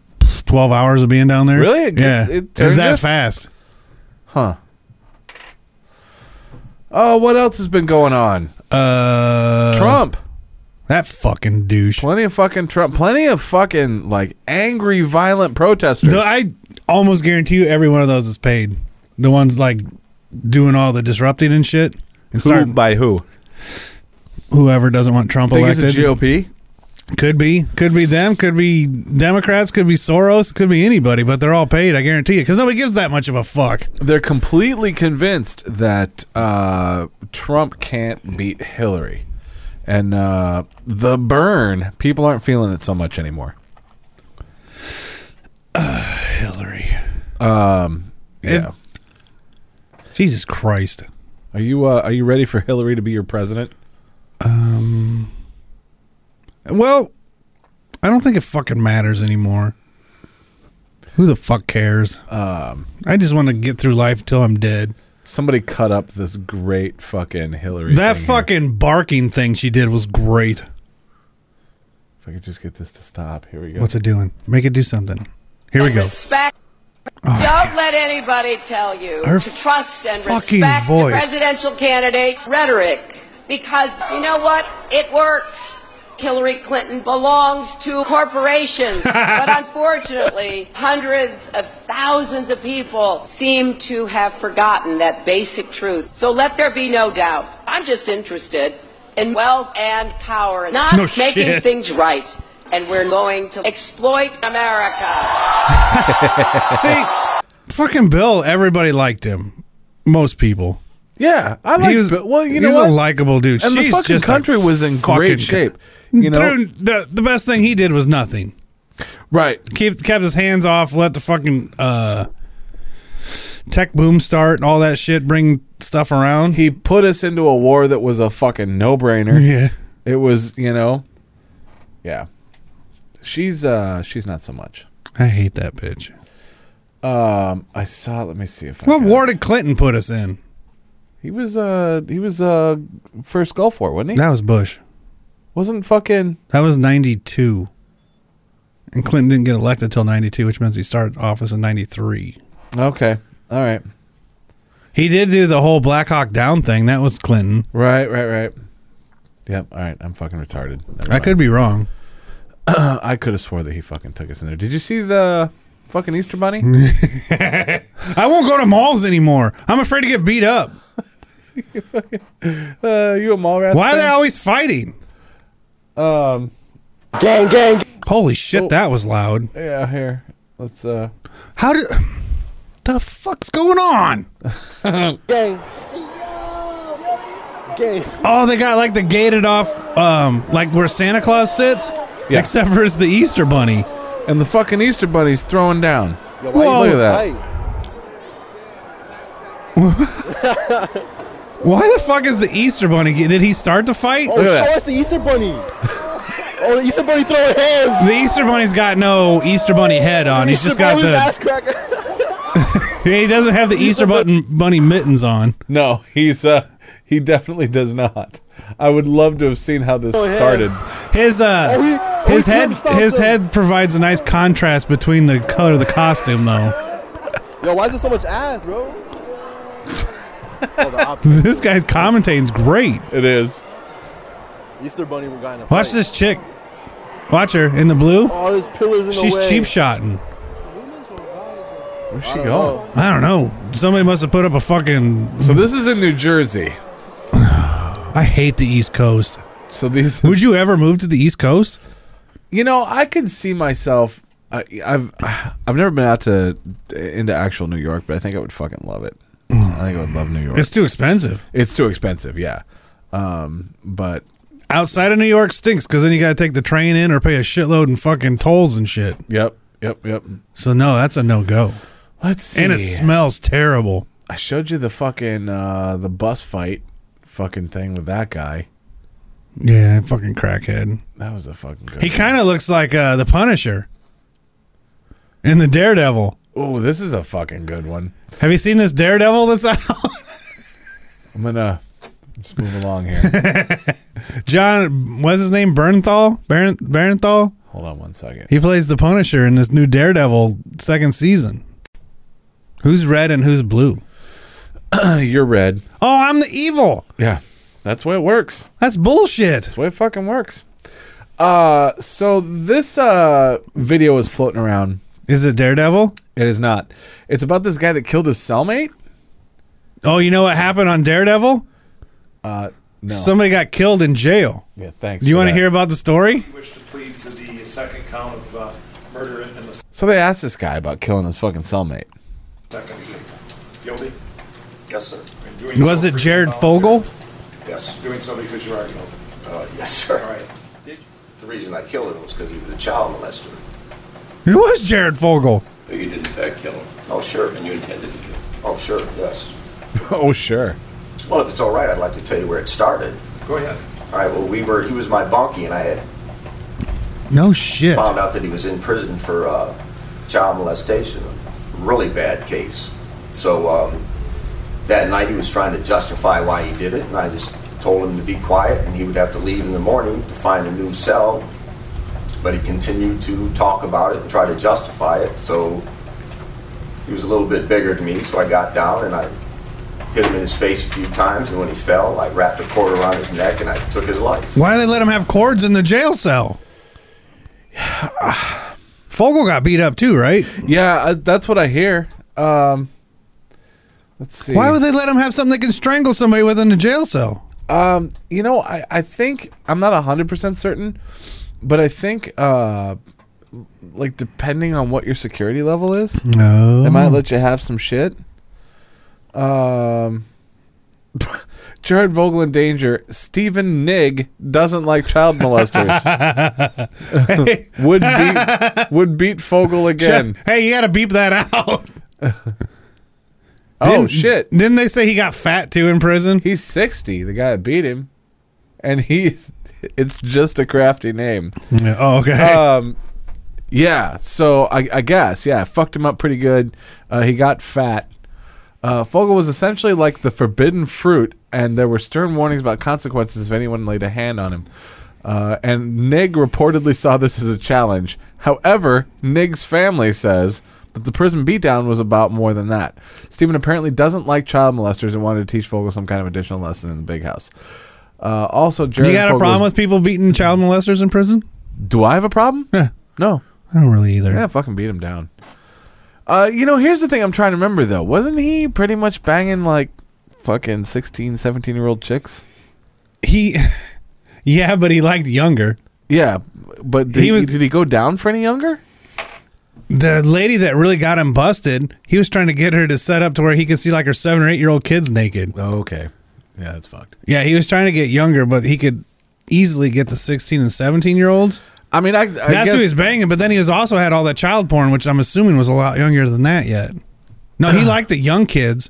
S5: twelve hours of being down there.
S4: Really? It
S5: yeah.
S4: gets- it
S5: It's
S4: turns
S5: that
S4: it?
S5: fast.
S4: Huh. Oh, what else has been going on?
S5: Uh,
S4: Trump.
S5: That fucking douche.
S4: Plenty of fucking Trump. Plenty of fucking like angry, violent protesters.
S5: Though I almost guarantee you every one of those is paid. The ones like doing all the disrupting and shit. And
S4: who,
S5: start
S4: by who?
S5: whoever doesn't want Trump
S4: Think it's the
S5: elected.
S4: GOP.
S5: Could be. Could be them. Could be Democrats. Could be Soros. Could be anybody, but they're all paid. I guarantee you. Because nobody gives that much of a fuck.
S4: They're completely convinced that uh, Trump can't beat Hillary, and uh, the burn. People aren't feeling it so much anymore.
S5: Hillary.
S4: Yeah.
S5: Jesus Christ.
S4: Are you uh, are you ready for Hillary to be your president?
S5: Well, I don't think it fucking matters anymore. Who the fuck cares? Um, I just want to get through life till I'm dead.
S4: Somebody cut up this great fucking Hillary.
S5: That
S4: thing here.
S5: fucking barking thing she did was great.
S4: If I could just get this to stop. Here we go.
S5: What's it doing? Make it do something. Here we go. Oh.
S11: Respect. Don't let anybody tell you
S5: Her
S11: to trust and
S5: fucking
S11: respect the
S5: voice.
S11: presidential candidate's rhetoric because you know what? It works. Hillary Clinton belongs to corporations, but unfortunately, hundreds of thousands of people seem to have forgotten that basic truth. So let there be no doubt. I'm just interested in wealth and power, not
S5: No
S11: making
S5: shit.
S11: things right. And we're going to exploit America.
S5: See, fucking Bill. Everybody liked him. Most people.
S4: Yeah, I like.
S5: he was
S4: but- well, you know
S5: he's
S4: what?
S5: a likable dude.
S4: And the
S5: She's
S4: fucking
S5: just a
S4: country was in great
S5: fucking-
S4: shape, you know?
S5: Dude, the, the best thing he did was nothing.
S4: right.
S5: Keep kept his hands off. Let the fucking uh, tech boom start and all that shit. Bring stuff around.
S4: He put us into a war that was a fucking no-brainer.
S5: yeah.
S4: It was, you know. Yeah. She's uh she's not so much.
S5: I hate that bitch.
S4: Um I saw let me see if I
S5: What
S4: got-
S5: war did Clinton put us in?
S4: He was uh he was uh first Gulf War, wasn't he?
S5: That was Bush.
S4: Wasn't fucking
S5: That was 92. And Clinton didn't get elected till 92, which means he started office in 93.
S4: Okay. All right.
S5: He did do the whole Black Hawk Down thing. That was Clinton.
S4: Right, right, right. Yep, all right. I'm fucking retarded. Never
S5: I
S4: mind.
S5: could be wrong.
S4: I could have swore that he fucking took us in there. Did you see the fucking Easter bunny?
S5: I won't go to malls anymore. I'm afraid to get beat up.
S4: uh you a mall rat?
S5: Why are they
S4: fan?
S5: always fighting?
S4: Um
S5: Holy shit, that was loud.
S4: yeah, here. Let's uh
S5: How did. The fuck's going on? Oh, they got like the gated off, um, like where Santa Claus sits,
S4: Yeah.
S5: except for it's the Easter Bunny.
S4: and the fucking Easter bunny's throwing down.
S5: Whoa.
S4: Look at that.
S5: Why the fuck is the Easter Bunny? Did he start the fight?
S4: Look at that.
S10: the Easter Bunny. oh, the Easter Bunny throwing hands.
S5: The Easter Bunny's got no Easter Bunny head on. He's just got the.
S10: cracker.
S5: He doesn't have the Easter button bunny mittens on.
S4: No, he's uh he definitely does not. I would love to have seen how this
S5: Oh,
S4: started.
S5: His uh,
S10: Oh, he-
S5: his
S10: he
S5: head
S10: curb-stomped
S5: his
S10: him.
S5: head provides a nice contrast between the color of the costume, though.
S10: Yo, why is there so much ass, bro? oh, the opposite.
S5: This guy's commentating's great.
S4: It is.
S10: Easter Bunny got in a
S5: Watch
S10: fight.
S5: this chick. Watch her in the blue.
S10: All these pillars in
S5: She's
S10: the way.
S5: cheap shotting.
S4: Where's she going?
S5: I don't know. Somebody must have put up a fucking.
S4: So this is in New Jersey.
S5: I hate the East Coast.
S4: So these
S5: Would you ever move to the East Coast?
S4: You know, I could see myself. I, I've I've never been out to into actual New York, but I think I would fucking love it. I think I would love New York.
S5: It's
S4: It's,
S5: too expensive.
S4: too expensive, yeah. Um, but
S5: outside of New York stinks because then you got to take the train in or pay a shitload in fucking tolls and shit.
S4: yep, yep, yep.
S5: So no, that's a no go.
S4: Let's see.
S5: And it smells terrible.
S4: I showed you the fucking uh, the bus fight fucking thing with that guy.
S5: Yeah, fucking crackhead.
S4: That was a fucking good.
S5: He kind of looks like uh, the Punisher in the Daredevil.
S4: Oh, this is a fucking good one.
S5: Have you seen this Daredevil that's out?
S4: I'm gonna just move along here.
S5: John, what's his name? Bernthal? Bern Bernthal?
S4: Hold on one second.
S5: He plays the Punisher in this new Daredevil second season. Who's red and who's blue?
S4: You're red.
S5: Oh, I'm the evil.
S4: Yeah, that's why it works.
S5: That's bullshit.
S4: That's the way it fucking works. Uh, so this uh, video is floating around.
S5: Is it Daredevil?
S4: It is not. It's about this guy that killed his cellmate.
S5: Oh, you know what happened on Daredevil?
S4: Uh, no.
S5: Somebody got killed in jail.
S4: yeah, thanks.
S5: Do you
S4: for
S5: want to
S4: that.
S5: hear about the story?
S12: wish to plead to the second count of uh, murder in the
S4: So they asked this guy about killing his fucking cellmate.
S12: second degree. Guilty? Yes, sir. Doing
S5: Was
S12: so
S5: it
S12: because
S5: Jared
S12: you volunteered?
S5: Fogle?
S12: Yes. Doing so because you are guilty.
S13: Uh, yes, sir.
S12: All right.
S13: The reason I killed him was because he was a child molester.
S5: It was Jared Fogle.
S12: You did in fact kill him.
S13: Oh, sure. And you intended to kill him? Oh, sure, yes.
S4: oh sure.
S13: Well, if it's all right, I'd like to tell you where it started.
S12: Go ahead.
S13: All right, well, we were, he was my bonkie, and I had
S5: No shit.
S13: found out that he was in prison for uh, child molestation, really bad case. So um, that night he was trying to justify why he did it, and I just told him to be quiet, and he would have to leave in the morning to find a new cell. But he continued to talk about it and try to justify it. So he was a little bit bigger than me, so I got down and I hit him in his face a few times. And when he fell, I wrapped a cord around his neck and I took his life.
S5: Why they let him have cords in the jail cell? Fogel got beat up too, right?
S4: Yeah, uh, that's what I hear. Um, let's see.
S5: Why would they let him have something that can strangle somebody with in a jail cell?
S4: Um, you know, I, I think I'm not hundred percent certain, but I think uh, like depending on what your security level is,
S5: No.
S4: they might let you have some shit. Um, Jared Vogel in danger. Stephen Nig doesn't like child molesters. would beat would beat Fogel again.
S5: Hey, you got to beep that out.
S4: Oh
S5: Didn't-
S4: shit!
S5: Didn't they say he got fat too in prison?
S4: He's sixty. The guy that beat him, and he's it's just a crafty name.
S5: Yeah, Oh, okay.
S4: Um, yeah. So I, I guess yeah, fucked him up pretty good. Uh, he got fat. Uh, Fogel was essentially like the forbidden fruit, and there were stern warnings about consequences if anyone laid a hand on him. Uh, and Nig reportedly saw this as a challenge. However, Nig's family says that the prison beatdown was about more than that. Stephen apparently doesn't like child molesters and wanted to teach Fogel some kind of additional lesson in the big house. Uh, also, Jared
S5: you got a
S4: Fogel's-
S5: problem with people beating child molesters in prison?
S4: Do I have a problem?
S5: Yeah.
S4: No.
S5: I don't really either.
S4: Yeah, fucking beat him down. Uh, you know, here's the thing I'm trying to remember though. Wasn't he pretty much banging like fucking 16, 17 year old chicks?
S5: He Yeah, but he liked younger.
S4: Yeah, but did
S5: He
S4: he,
S5: was-
S4: did he go down for any younger?
S5: The lady that really got him busted, he was trying to get her to set up to where he could see like her seven or eight year old kids naked.
S4: Oh, okay. Yeah, that's fucked.
S5: Yeah, he was trying to get younger, but he could easily get the sixteen and seventeen year olds.
S4: I mean, I, I
S5: That's
S4: guess,
S5: who he's banging, but then he was also had all that child porn, which I'm assuming was a lot younger than that yet. No, he liked the young kids,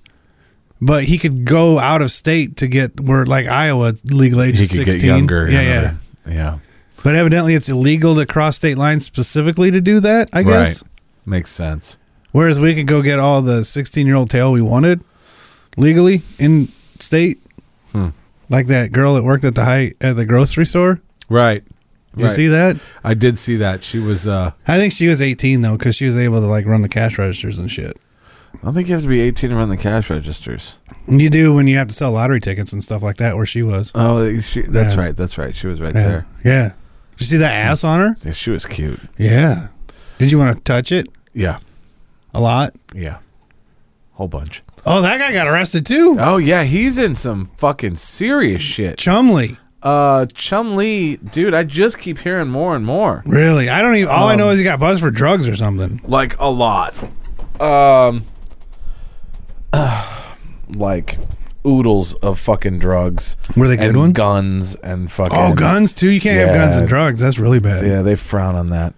S5: but he could go out of state to get where like Iowa legal age
S4: He
S5: is
S4: could get
S5: sixteen.
S4: younger,
S5: Yeah,
S4: yeah.
S5: yeah.
S4: Yeah.
S5: But evidently it's illegal to cross state lines specifically to do that, I guess.
S4: Right. Makes sense.
S5: Whereas we could go get all the 16 year old tail we wanted legally in state.
S4: Hmm.
S5: Like that girl that worked at the high, at the grocery store.
S4: Right.
S5: You see that?
S4: I did see that. She was uh
S5: I think she was 18 though, because she was able to like run the cash registers and shit.
S4: I don't think you have to be 18 to run the cash registers.
S5: You do when you have to sell lottery tickets and stuff like that, where she was.
S4: Oh, she, that's
S5: Yeah.
S4: right. That's right. She was right
S5: yeah.
S4: there.
S5: Yeah. Did you see that ass on her?
S4: Yeah, she was cute.
S5: Yeah. Did you want to touch it
S4: Yeah.
S5: a lot?
S4: Yeah. Whole bunch.
S5: Oh, that guy got arrested too.
S4: Oh yeah, he's in some fucking serious shit.
S5: Chumley.
S4: Uh, Chum Lee, dude, I just keep hearing more and more,
S5: Really? I don't even. All I know
S4: Um,
S5: is he got buzzed for drugs or something.
S4: like a lot. Um, like oodles of fucking drugs.
S5: Were they good
S4: and
S5: ones?
S4: Guns and fucking.
S5: Oh, guns too. You can't have guns
S4: Yeah.
S5: and drugs. That's really bad.
S4: Yeah, they frown on that.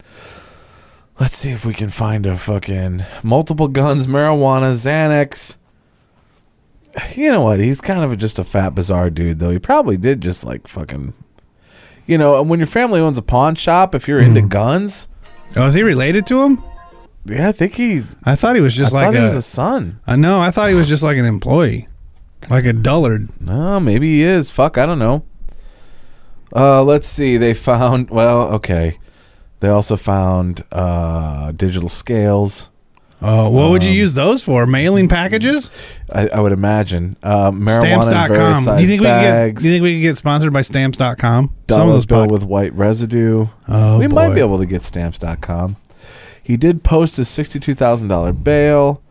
S4: Let's see if we can find a fucking multiple guns, marijuana, Xanax. You know what? He's kind of just a fat, bizarre dude, though. He probably did just like fucking. You know, and when your family owns a pawn shop, if you're into
S5: Hmm.
S4: guns,
S5: Oh, is he related to him?
S4: yeah, I think he.
S5: I thought he was just
S4: I
S5: like
S4: thought he
S5: a.
S4: was a son.
S5: I know. I thought he was just like an employee, like a dullard.
S4: No, maybe he is. Fuck, I don't know. Uh, let's see. They found. Well, okay. They also found uh, digital scales.
S5: Oh, what would you
S4: Um,
S5: use those for? Mailing packages?
S4: I, I would imagine. Uh, marijuana in various
S5: Stamps.com. Do you
S4: sized
S5: think we could
S4: bags.
S5: get? You think we could get sponsored by Stamps.com? Some
S4: dollar
S5: of those
S4: bill
S5: pod-
S4: with white residue.
S5: Oh,
S4: we might
S5: boy.
S4: be able to get stamps.com. He did post his $62,000 bail.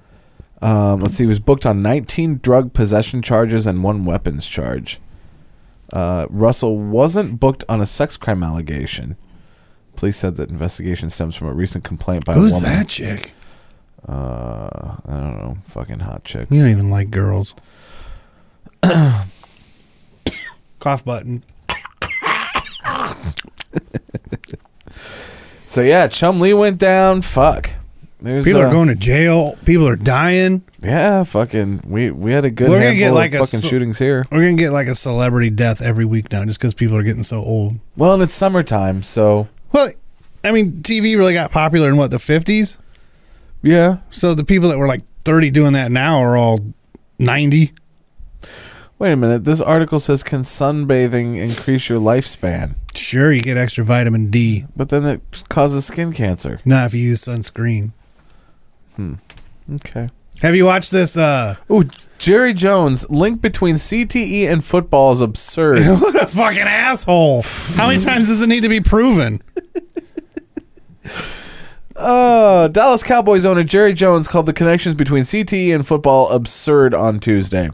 S4: Um, let's see. He was booked on 19 drug possession charges and one weapons charge. Uh, Russell wasn't booked on a sex crime allegation. Police said that investigation stems from a recent complaint by
S5: Who's
S4: a woman.
S5: that chick?
S4: Uh, I don't know. Fucking hot chicks.
S5: You don't even like girls. Cough button.
S4: So yeah, Chum Lee went down. Fuck. There's,
S5: People
S4: uh,
S5: are going to jail. People are dying.
S4: Yeah, fucking. We we had a good
S5: We're
S4: We're
S5: gonna
S4: handful
S5: get like a
S4: of fucking
S5: so-
S4: shootings here.
S5: We're gonna get like a celebrity death every week now, just because people are getting so old.
S4: Well, and it's summertime, so
S5: Well, I mean, TV really got popular in what the fifties,
S4: Yeah.
S5: So the people that were like 30 doing that now are all 90.
S4: Wait a minute. This article says, "Can sunbathing increase your lifespan?"
S5: Sure, you get extra vitamin D,
S4: but then it causes skin cancer.
S5: Not if you use sunscreen.
S4: Hmm. Okay.
S5: Have you watched this? Uh,
S4: Ooh, Jerry Jones. Link between CTE and football is absurd.
S5: what a fucking asshole! How many times does it need to be proven?
S4: Uh, Dallas Cowboys owner Jerry Jones called the connections between CTE and football absurd on Tuesday.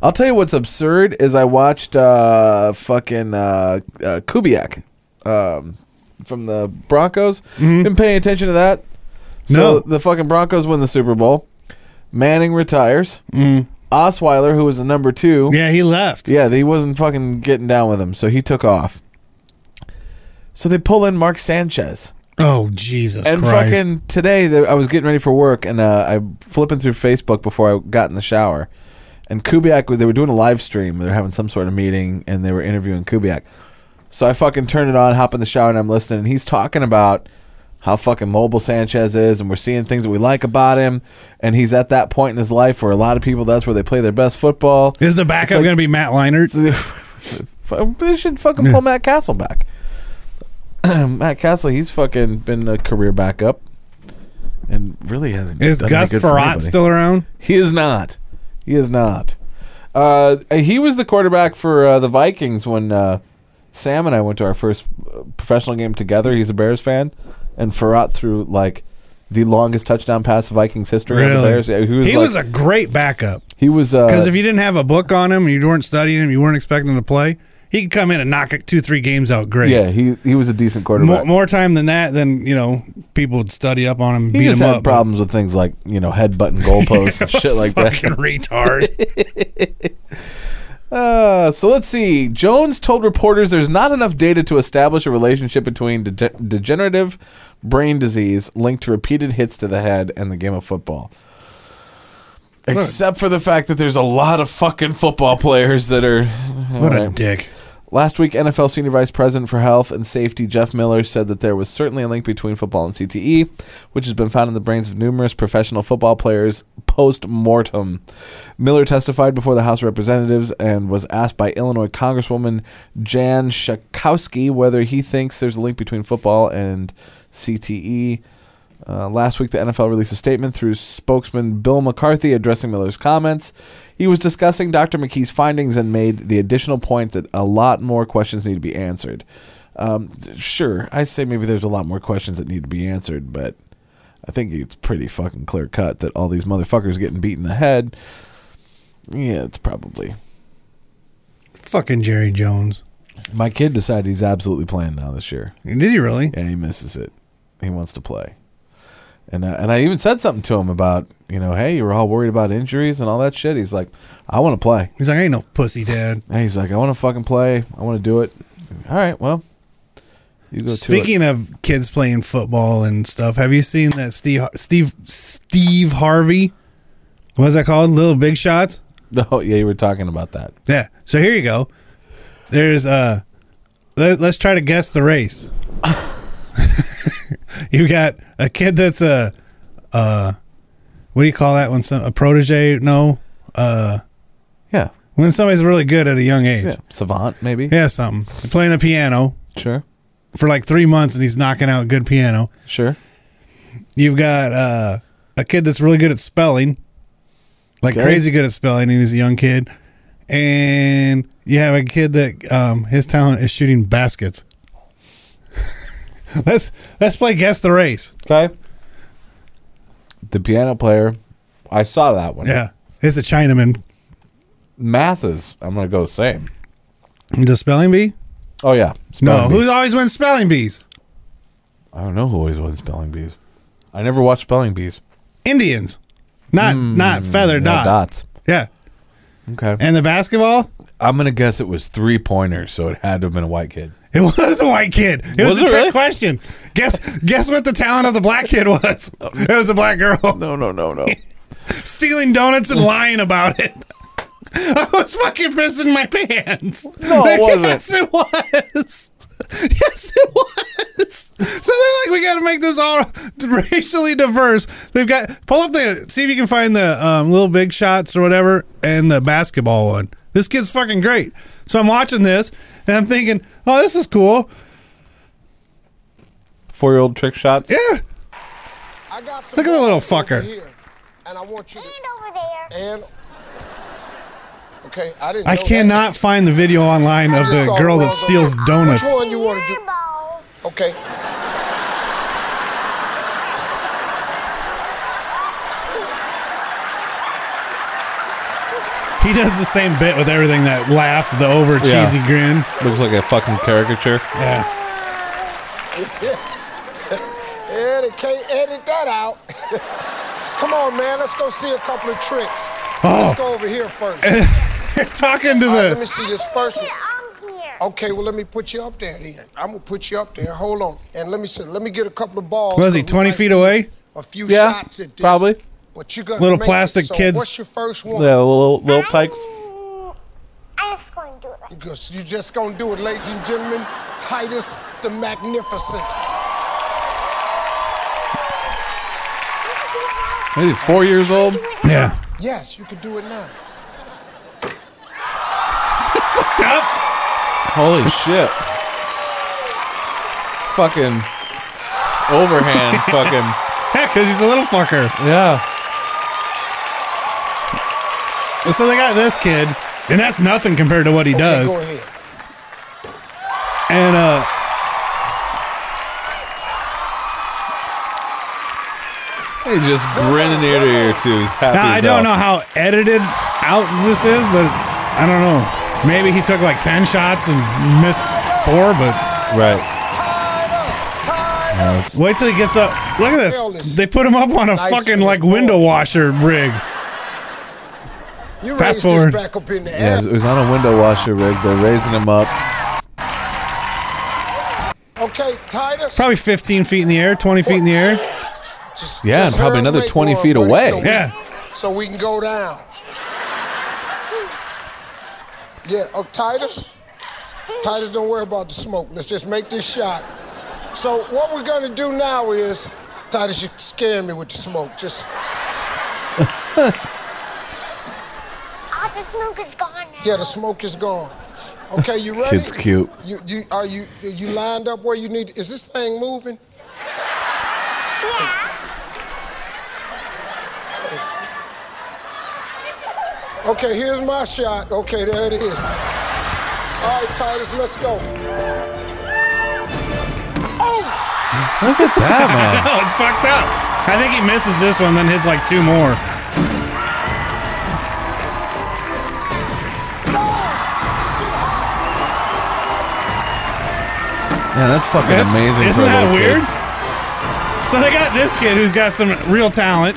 S4: I'll tell you what's absurd is I watched uh, fucking uh, uh, Kubiak um, from the Broncos. Been paying attention to that. So
S5: Mm-hmm. No.
S4: the fucking Broncos win the Super Bowl. Manning retires. Osweiler, who was the number two,
S5: Mm-hmm. yeah, he left.
S4: Yeah, he wasn't fucking getting down with him, so he took off. So they pull in Mark Sanchez
S5: Oh Jesus
S4: and
S5: Christ!
S4: fucking today, th- I was getting ready for work, and uh, I'm flipping through Facebook before I got in the shower. And Kubiak, they were doing a live stream. They were having some sort of meeting, and they were interviewing Kubiak. So I fucking turned it on, hop in the shower, and I'm listening. And he's talking about how fucking mobile Sanchez is, and we're seeing things that we like about him. And he's at that point in his life where a lot of people, that's where they play their best football.
S5: Is the backup
S4: like-
S5: going to be Matt Leinart?
S4: Fu- They should fucking pull Matt Castle back. Matt Castle, he's fucking been a career backup, and really hasn't.
S5: Is
S4: done
S5: Gus
S4: any good for
S5: Ferrat
S4: anybody.
S5: still around?
S4: He is not. He is not. Uh, he was the quarterback for uh, the Vikings when uh, Sam and I went to our first uh, professional game together. He's a Bears fan, and Ferrat threw like the longest touchdown pass of Vikings history. on the
S5: Really?
S4: Bears. Yeah,
S5: he was,
S4: like-
S5: a great backup
S4: he was
S5: because
S4: uh,
S5: if you didn't have a book on him, you weren't studying him, you weren't expecting him to play. He could come in and knock it two, three games out. Great.
S4: yeah he he was a decent quarterback.
S5: More, more time than that, then you know people would study up on him,
S4: He
S5: beat
S4: just
S5: him
S4: had
S5: up.
S4: problems with things like you know headbutting goalposts and shit like
S5: Fucking
S4: that.
S5: retard.
S4: Uh, so let's see. Jones told reporters there's not enough data to establish a relationship between de- degenerative brain disease linked to repeated hits to the head and the game of football. Except for the fact that there's a lot of fucking football players that are.
S5: what a
S4: Alright.
S5: dick.
S4: Last week, NFL Senior Vice President for Health and Safety Jeff Miller said that there was certainly a link between football and CTE, which has been found in the brains of numerous professional football players post mortem. Miller testified before the House of Representatives and was asked by Illinois Congresswoman Jan Schakowsky whether he thinks there's a link between football and CTE. Uh, last week, the NFL released a statement through spokesman Bill McCarthy addressing Miller's comments. He was discussing Dr. McKee's findings and made the additional point that a lot more questions need to be answered. Um, th- sure, I say maybe there's a lot more questions that need to be answered, but I think it's pretty fucking clear cut that all these motherfuckers getting beat in the head. Yeah, it's probably.
S5: Fucking Jerry Jones.
S4: My kid decided he's absolutely playing now this year.
S5: Did he really?
S4: Yeah, he misses it. He wants to play. And uh, and I even said something to him about you know, hey, you were all worried about injuries and all that shit. He's like, I want to play.
S5: He's like, I ain't no pussy, Dad.
S4: And he's like, I want to fucking play. I want to do it. All right, well, you go
S5: Speaking of kids playing football and stuff, have you seen that Steve Steve Steve Harvey? What's that called? Little Big Shots.
S4: to it. Oh yeah, you were talking about that.
S5: Yeah. So here you go. There's uh let, let's try to guess the race. you got a kid that's a uh what do you call that when some a protege? No. Uh
S4: Yeah,
S5: when somebody's really good at a young age.
S4: yeah, savant maybe.
S5: yeah something. They're playing the piano
S4: sure,
S5: for like 3 months and he's knocking out good piano.
S4: sure.
S5: You've got uh, a kid that's really good at spelling, like
S4: Okay.
S5: crazy good at spelling, and he's a young kid. And you have a kid that um, his talent is shooting baskets. let's let's play guess the race.
S4: Okay. The piano player, I saw that one.
S5: Yeah, it's a Chinaman.
S4: math is. I'm gonna go same.
S5: The spelling bee?
S4: Oh yeah,
S5: No,
S4: Spelling bee.
S5: who's always wins spelling bees?
S4: I don't know who always wins spelling bees. I never watched spelling bees.
S5: Indians, not Hmm, not feather
S4: No
S5: dot.
S4: dots.
S5: Yeah,
S4: Okay.
S5: and the basketball.
S4: I'm gonna guess it was three pointers, so it had to have been a white kid.
S5: It was a white kid. It was,
S4: Was
S5: a
S4: it
S5: trick
S4: really?
S5: question. Guess guess what the talent of the black kid was? It was a black girl.
S4: Oh. No, no, no, no.
S5: stealing donuts and lying about it. I was fucking pissing my pants.
S4: No, it wasn't.
S5: Yes, it was. Yes, it was. So they're like, we got to make this all racially diverse. They've got pull up the see if you can find the um, little big shots or whatever and the basketball one. This kid's fucking great. So I'm watching this and I'm thinking, oh, this is cool.
S4: Four year old trick shots.
S5: Yeah. Look at the little fucker.
S14: and I want you to, And okay, I didn't.
S5: I
S14: know that.
S5: cannot find the video online
S14: I
S5: of
S14: just
S5: the
S14: saw
S5: girl
S14: the
S5: that
S14: wrong
S5: steals
S14: one.
S5: donuts.
S14: Which one you want to do? Okay.
S5: He does the same bit with everything that laugh, the over
S4: Yeah.
S5: cheesy grin.
S4: Looks like a fucking caricature.
S5: Yeah.
S14: Eddie can't edit that out. Come on, man. Let's go see a couple of tricks.
S5: Oh.
S14: Let's go over here first.
S5: They're talking to
S14: All right, let me
S5: the.
S14: see this first one. Okay, well let me put you up there then. I'm gonna put you up there. Hold on, and let me see. Let me get a couple of balls.
S5: Was he
S14: so we
S5: 20
S14: might
S5: feet
S14: get
S5: away?
S14: A few
S4: Yeah,
S14: shots at this.
S4: probably.
S14: But you gonna
S5: Little
S14: make
S5: plastic
S14: it. So
S5: kids.
S14: What's your first
S4: Yeah,
S14: one?
S4: the little little tykes.
S14: You just, you just gonna do it, ladies and gentlemen. Titus the Magnificent.
S4: Maybe four years old.
S5: Yeah.
S14: Yes, you can do it now.
S4: Holy shit. Fucking s- overhand. fucking.
S5: Yeah, because he's a little fucker.
S4: Yeah.
S5: So they got this kid, and that's nothing compared to what he does.
S14: Okay, go ahead.
S5: And uh
S4: He just grinning ear to ear too. He's happy.
S5: now, I
S4: as
S5: don't
S4: hell.
S5: know how edited out this is, but I don't know. Maybe he took like ten shots and missed four, but
S4: Right. That's-
S5: wait till he gets up. Look at this. They put him up on a
S14: Nice
S5: fucking
S14: little
S5: like
S14: ball.
S5: window washer rig.
S14: You
S5: Fast
S14: raise
S5: forward.
S14: this back up in the
S4: Yeah,
S14: air.
S4: it was on a window washer rig. They're raising him up.
S14: Okay, Titus.
S5: Probably fifteen feet in the air, twenty feet in the air.
S14: Just,
S4: Yeah,
S14: just
S4: and
S14: hurry
S4: probably another
S14: make
S4: 20
S14: one,
S4: feet
S14: buddy,
S4: away.
S14: So we,
S5: Yeah.
S14: so we can go down. Yeah, oh, Titus. Titus, don't worry about the smoke. Let's just make this shot. So what we're gonna do now is, Titus, you scared me with the smoke. Just
S15: All Ah, the smoke is gone now.
S14: yeah, the smoke is gone. Okay, you ready?
S4: Kid's cute.
S14: You you are you you lined up where you need? Is this thing moving? Yeah. Okay, here's my shot. Okay, there it is. All right, Titus, let's go. Oh!
S4: Look at that
S5: No, it's fucked up. I think he misses this one, then hits like two more.
S4: man. Man, that's fucking
S5: That's-
S4: amazing. for
S5: Isn't
S4: a
S5: that
S4: little kid.
S5: weird? So they got this kid who's got some real talent,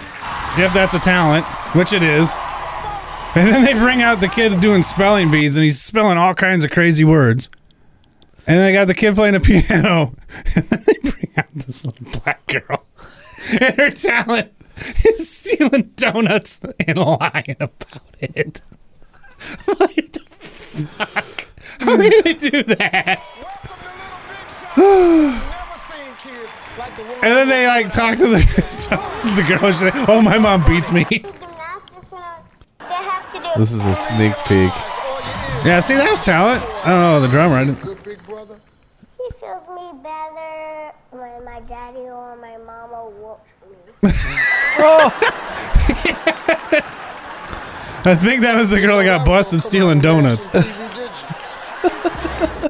S5: if that's a talent, which it is. And then they bring out the kid doing spelling bees, and he's spelling all kinds of crazy words. And they got the kid playing the piano. And then they bring out this little black girl, and her talent is stealing donuts and lying about it. what the fuck? How do they do that?
S14: Never seen kids like the one.
S5: And then they like talk to the talk to the girl. She's like, "Oh, my mom beats me."
S15: Gymnastics when I was. They have to do.
S4: This is a sneak peek.
S5: Yeah, see, that was talent. I don't know the drummer. I didn't-
S14: Good big brother.
S15: He feels me better when my daddy or my mama whoop me.
S5: I think that was the girl that got busted stealing donuts.
S14: TV,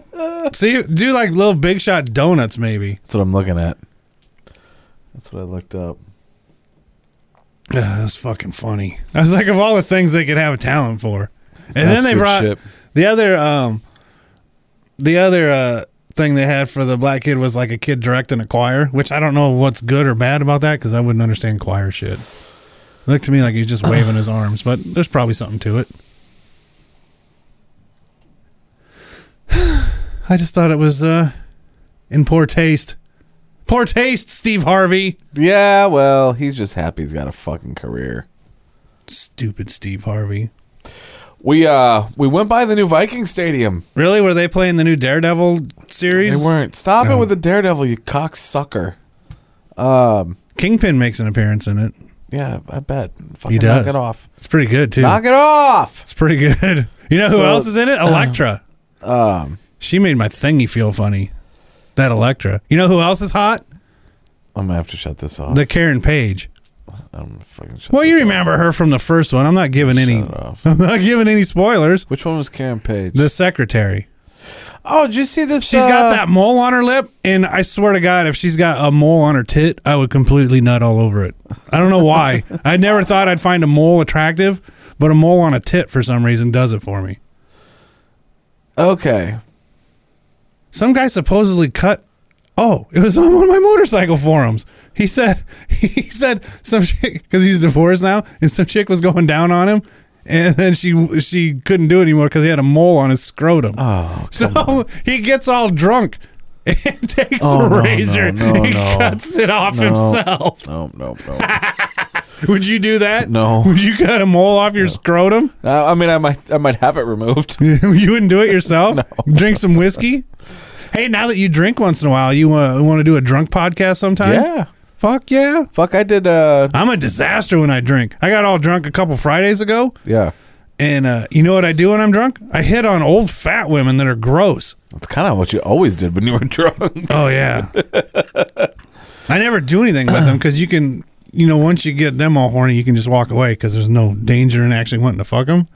S14: did you?
S5: See, do like little big shot donuts, maybe.
S4: That's what I'm looking at. That's what I looked up.
S5: Ugh, that's fucking funny. I was like, of all the things they could have a talent for, and
S4: That's
S5: then they
S4: good
S5: brought
S4: shit.
S5: the other um, the other uh thing they had for the black kid was like a kid directing a choir, which I don't know what's good or bad about that because I wouldn't understand choir shit. Looked to me like he's just waving his arms, but there's probably something to it. I just thought it was uh in poor taste. Poor taste, Steve Harvey.
S4: Yeah, well, he's just happy he's got a fucking career.
S5: Stupid Steve Harvey.
S4: We uh we went by the new Viking Stadium.
S5: Really? Were they playing the new Daredevil series?
S4: They weren't. Stop it
S5: No.
S4: with the Daredevil, you cocksucker. Um,
S5: Kingpin makes an appearance in it.
S4: Yeah, I bet. Fucking
S5: he does.
S4: Knock it off.
S5: It's pretty good too.
S4: Knock it off.
S5: It's pretty good. You know who
S4: So-
S5: else is in it? Electra.
S4: Um,
S5: she made my thingy feel funny. That Electra. You know who else is hot?
S4: I'm gonna have to shut this off.
S5: The Karen Page.
S4: I'm fucking shut
S5: Well, you remember her from the first one. I'm not giving any. I'm not giving any spoilers.
S4: Which one was Karen Page?
S5: The secretary.
S4: Oh, did you see this?
S5: She's got that mole on her lip, and I swear to God, if she's got a mole on her tit, I would completely nut all over it. I don't know why. I never thought I'd find a mole attractive, but a mole on a tit for some reason does it for me.
S4: Okay.
S5: Some guy supposedly cut. Oh, it was on one of my motorcycle forums. He said he said some chick because he's divorced now, and some chick was going down on him, and then she she couldn't do it anymore because he had a mole on his scrotum.
S4: Oh,
S5: so he gets all drunk and takes
S4: Oh,
S5: a
S4: no,
S5: razor
S4: no, no,
S5: and
S4: no.
S5: cuts it off
S4: No.
S5: himself.
S4: No, no, no.
S5: Would you do that?
S4: No.
S5: Would you cut a mole off your scrotum?
S4: Uh, I mean, I might, I might have it removed.
S5: you wouldn't do it yourself? Drink some whiskey? Hey, now that you drink once in a while, you want want to do a drunk podcast sometime?
S4: Yeah.
S5: Fuck yeah.
S4: Fuck, I did. Uh,
S5: I'm a disaster when I drink. I got all drunk a couple Fridays ago.
S4: Yeah.
S5: And uh, you know what I do when I'm drunk? I hit on old fat women that are gross.
S4: That's kind of what you always did when you were drunk.
S5: Oh yeah. I never do anything with them because you can, you know, once you get them all horny, you can just walk away because there's no danger in actually wanting to fuck them.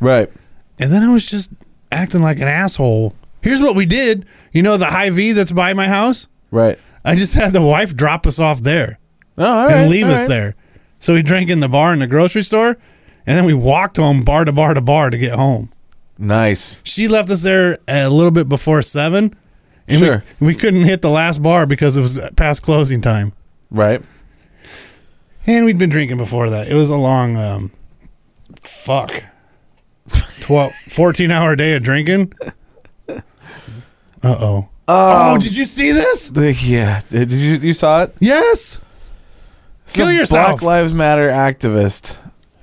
S4: Right.
S5: And then I was just acting like an asshole. Here's what we did. You know the high V that's by my house.
S4: Right.
S5: I just had the wife drop us off there
S4: Oh, all
S5: and
S4: right,
S5: leave
S4: all
S5: us
S4: right.
S5: there. So we drank in the bar in the grocery store, and then we walked home bar to bar to bar to get home.
S4: Nice.
S5: She left us there a little bit before seven, and we-
S4: Sure.
S5: we, couldn't hit the last bar because it was past closing time.
S4: Right.
S5: And we'd been drinking before that. It was a long, um, fuck, 12, 14 hour day of drinking. Uh oh. Oh, did you see this?
S4: The, yeah. Did did you? You saw it?
S5: Yes. Kill
S4: Some
S5: yourself.
S4: Black Lives Matter activist.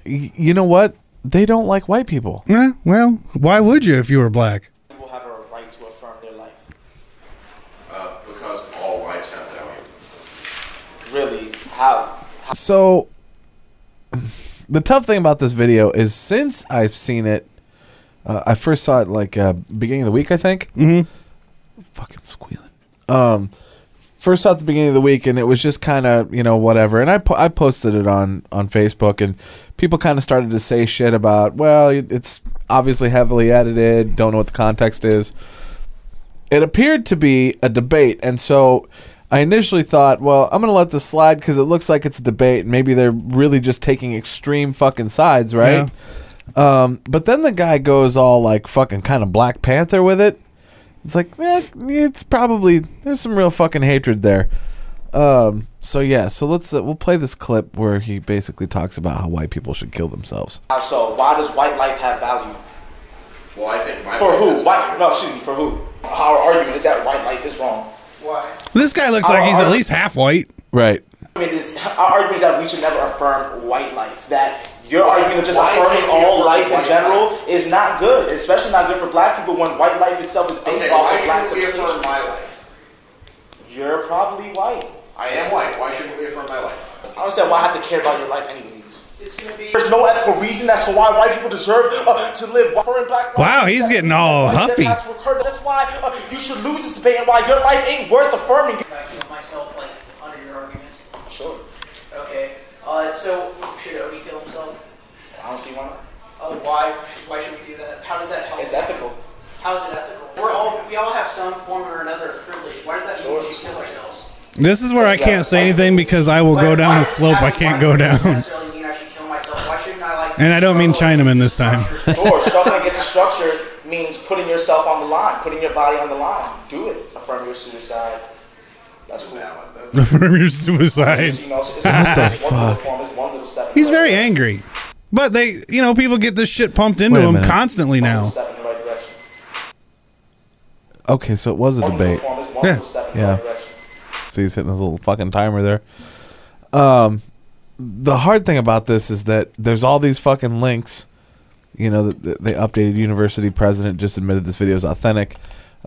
S4: Y- you know what? They don't like white people.
S5: Eh, well, why would you if you were black?
S16: People have a right to affirm their life.
S13: Uh, because all whites have that right.
S16: Really, how?
S4: So the tough thing about this video is since I've seen it, uh, I first saw it like uh, beginning of the week, I think.
S5: Mm-hmm.
S4: Fucking squealing. Um, first saw it at the beginning of the week, and it was just kind of you know whatever. And I po- I posted it on on Facebook, and people kind of started to say shit about well, it- it's obviously heavily edited. Don't know what the context is it appeared to be a debate, and so I initially thought, well, I'm going to let this slide because it looks like it's a debate, and maybe they're really just taking extreme fucking sides, right? Um, but then the guy goes all like fucking kind of Black Panther with it. It's like, eh, it's probably there's some real fucking hatred there. Um, so yeah, so let's uh, we'll play this clip where he basically talks about how white people should kill themselves.
S16: How so? Why does white life have value?
S13: Well, I think my
S16: For
S13: wife
S16: who?
S13: has-
S16: White? No, excuse me. For who? Our argument is that white life is wrong. Why?
S5: This guy looks like he's at least half white.
S4: Right.
S16: argument is our argument is that we should never affirm white life. That your
S17: Why-
S16: argument of just
S17: why
S16: affirming
S17: can't we
S16: all
S17: affirm
S16: life in
S17: white
S16: general is not good, especially not good for black people when white life itself is based
S13: Okay,
S16: off
S13: why
S16: of black
S13: shouldn't we affirm my
S16: life? You're probably white.
S13: I am white. Why shouldn't we affirm my life?
S16: I don't understand why I have to care about your life anyway. There's no ethical reason that's why white people deserve uh, to live. Why foreign black lives-
S5: Wow, he's getting all
S16: White death
S5: huffy.
S16: has to occur. That's why uh, you should lose this debate and why your life ain't worth affirming.
S17: I feel myself like under your arguments.
S16: Sure.
S17: Okay. Uh, so should Odie kill himself?
S16: I don't see why not.
S17: Uh, why? Why should we do that? How does that help?
S16: It's ethical.
S17: How is it ethical? We're all we all have some form or another of privilege. Why does that mean we should kill ourselves?
S5: This is where I can't say anything because I will go down a slope I can't go down.
S17: Necessarily mean I should kill myself. Why shouldn't I like?
S5: And I don't mean Chinaman this time.
S16: Sure, struggling against a structure means putting yourself on the line, putting your body on the line. Do it. Affirm your suicide. That's cool.
S5: Affirm your suicide.
S16: You know, it's, it's,
S5: What the
S16: it's one little
S5: fuck?
S16: form, it's one little step in
S5: He's
S16: the right
S5: very angry. But they, you know, people get this shit pumped into
S4: Wait a
S5: him
S4: minute.
S5: constantly now.
S16: step in the right direction.
S4: Okay, so it was a debate.
S16: Form is one
S5: Yeah.
S16: little step in the
S4: Yeah.
S16: right direction.
S4: So he's hitting his little fucking timer there. Um, the hard thing about this is that there's all these fucking links. You know, the, the updated university president just admitted this video is authentic.